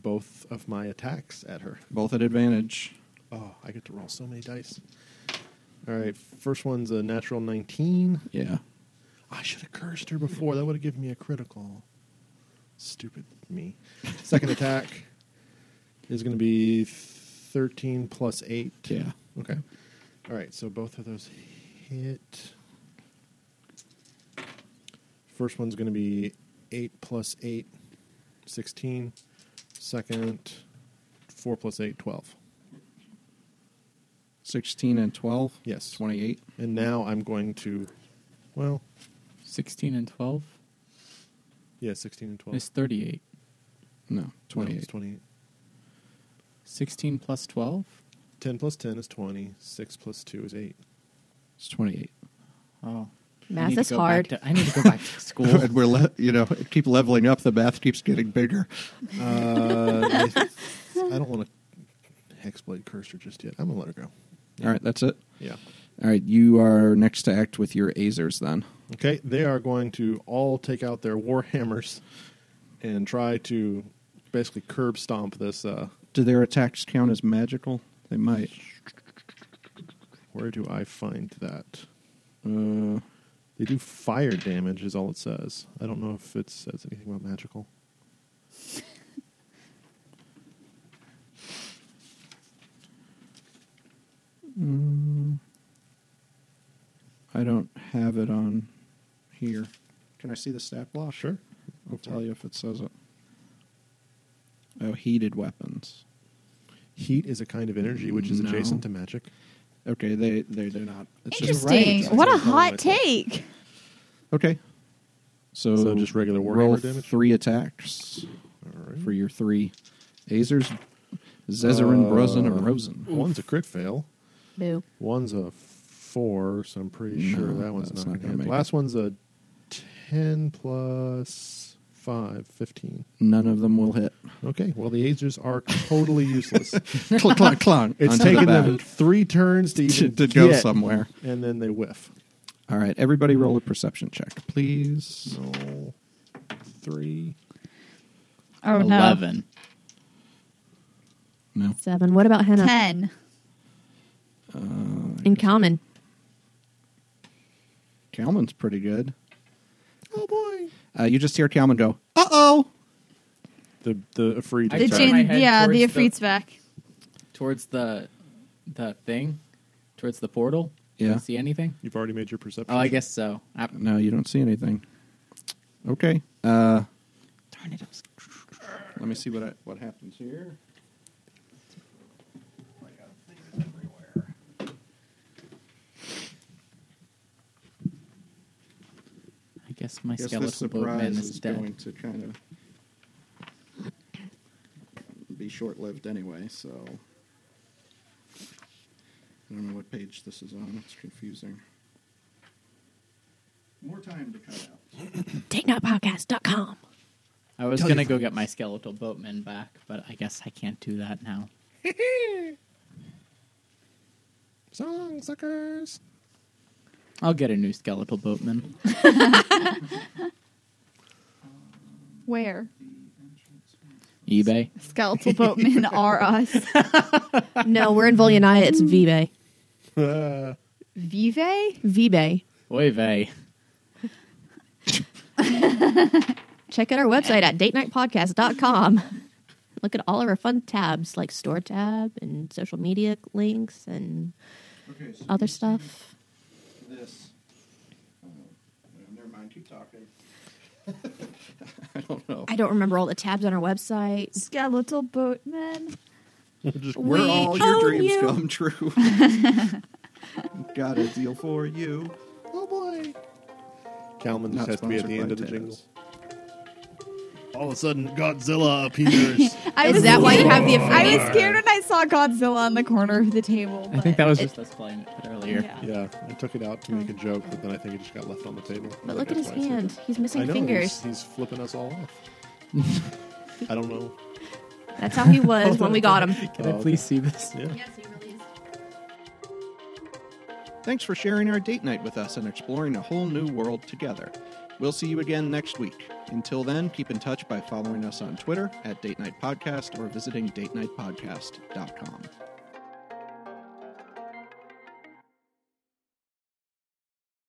both of my attacks at her. Both at advantage. Oh, I get to roll so many dice. All right, first one's a natural 19. Yeah. I should have cursed her before. That would have given me a critical. Stupid me. Second attack is going to be 13 plus 8. Yeah. Okay. All right, so both of those hit. First one's going to be 8 plus 8, 16. Second, 4 plus 8, 12. 16 and 12? Yes. 28. And now I'm going to, well, Sixteen and twelve yeah, 16 and 12. is thirty-eight. No, No, it's 28. 28. Sixteen plus twelve. 10 plus 10 is 20. 6 plus 2 is 8. It's 28. Oh, I Math need to is go hard. back to- I need to go back to school. and we're, le- you know, keep leveling up. The math keeps getting bigger. Uh, I don't want to hexblade curse her just yet. I'm going to let her go. All right, that's it. Yeah. All right, you are next to act with your Azers then. Okay, they are going to all take out their war hammers and try to basically curb stomp this. Uh, Do their attacks count as magical? They might. where do I find that? Uh, They do fire damage, is all it says. I don't know if it says anything about magical. I don't have it on here. Can I see the stat block? Sure. I'll tell you if it says it. Oh, heated weapons. Heat is a kind of energy which is No. adjacent to magic. Okay, they they they're not. It's just- Interesting. right. What a That's what I hot thought. take. okay. So, So just regular Warhammer roll damage? Three attacks All right. for your three Azers, Zezerin, Uh, Brozen, and Rosen. One's a crit fail. Boo. One's a four, so I'm pretty No, sure that one's that's not, not gonna going to hit. make Last it. one's a 10 plus 5, 15. None of them will hit. Okay, well, the Azers are totally useless. clunk, clunk, clunk. It's onto the taken them back. three turns to to, even to go get, somewhere. And then they whiff. All right, everybody roll a perception check, please. No. Three. Oh, no. Eleven. No. Seven. What about Hannah? Ten. In common. Kalman's pretty good. Oh boy. Uh, you just hear Kalman go, uh oh. The the free. I The turned my gin, head yeah, the towards the- Ifrit's back. Towards the the thing, towards the portal. Yeah. You see anything? You've already made your perception. Oh, I guess so. I, No, you don't see anything. Okay. Uh, darn it! I was- let me see what I, what happens here. I guess my I guess this skeletal boatman surprise is, is dead. going to kind of be short lived anyway, so. I don't know what page this is on. It's confusing. More time to cut out. TakeNotPodcast.com. I was gonna go get my skeletal boatman back, but I guess I can't do that now. Song suckers. I'll get a new skeletal boatman. Where? eBay. Skeletal boatmen are us. no, we're in Volunaya. It's V-Bay. Ah. Vive? V-Bay. Oy vey. Check out our website at datenightpodcast.com. Look at all of our fun tabs like store tab and social media links and Okay, so other you see stuff. This. Oh, never mind, keep talking. I don't know. I don't remember all the tabs on our website. Skeletal boatmen. Just Where We all your own dreams you. come true. Got a deal for you. Oh boy. Calman Not just has to be at sponsored the end by of the jingle. Taz. All of a sudden, Godzilla appears. I Is that why you have the I afraid? was scared when I saw Godzilla on the corner of the table. I think that was It- just us playing it earlier. Yeah. yeah, I took it out to make a joke, but then I think it just got left on the table. But look at That's his why I took hand. it. He's I missing know, fingers. He's, he's flipping us all off. I don't know. That's how he was when we got him. Can Oh, I okay. please see this? Yeah. Thanks for sharing our date night with us and exploring a whole new world together. We'll see you again next week. Until then, keep in touch by following us on Twitter at Date Night Podcast or visiting datenightpodcast.com.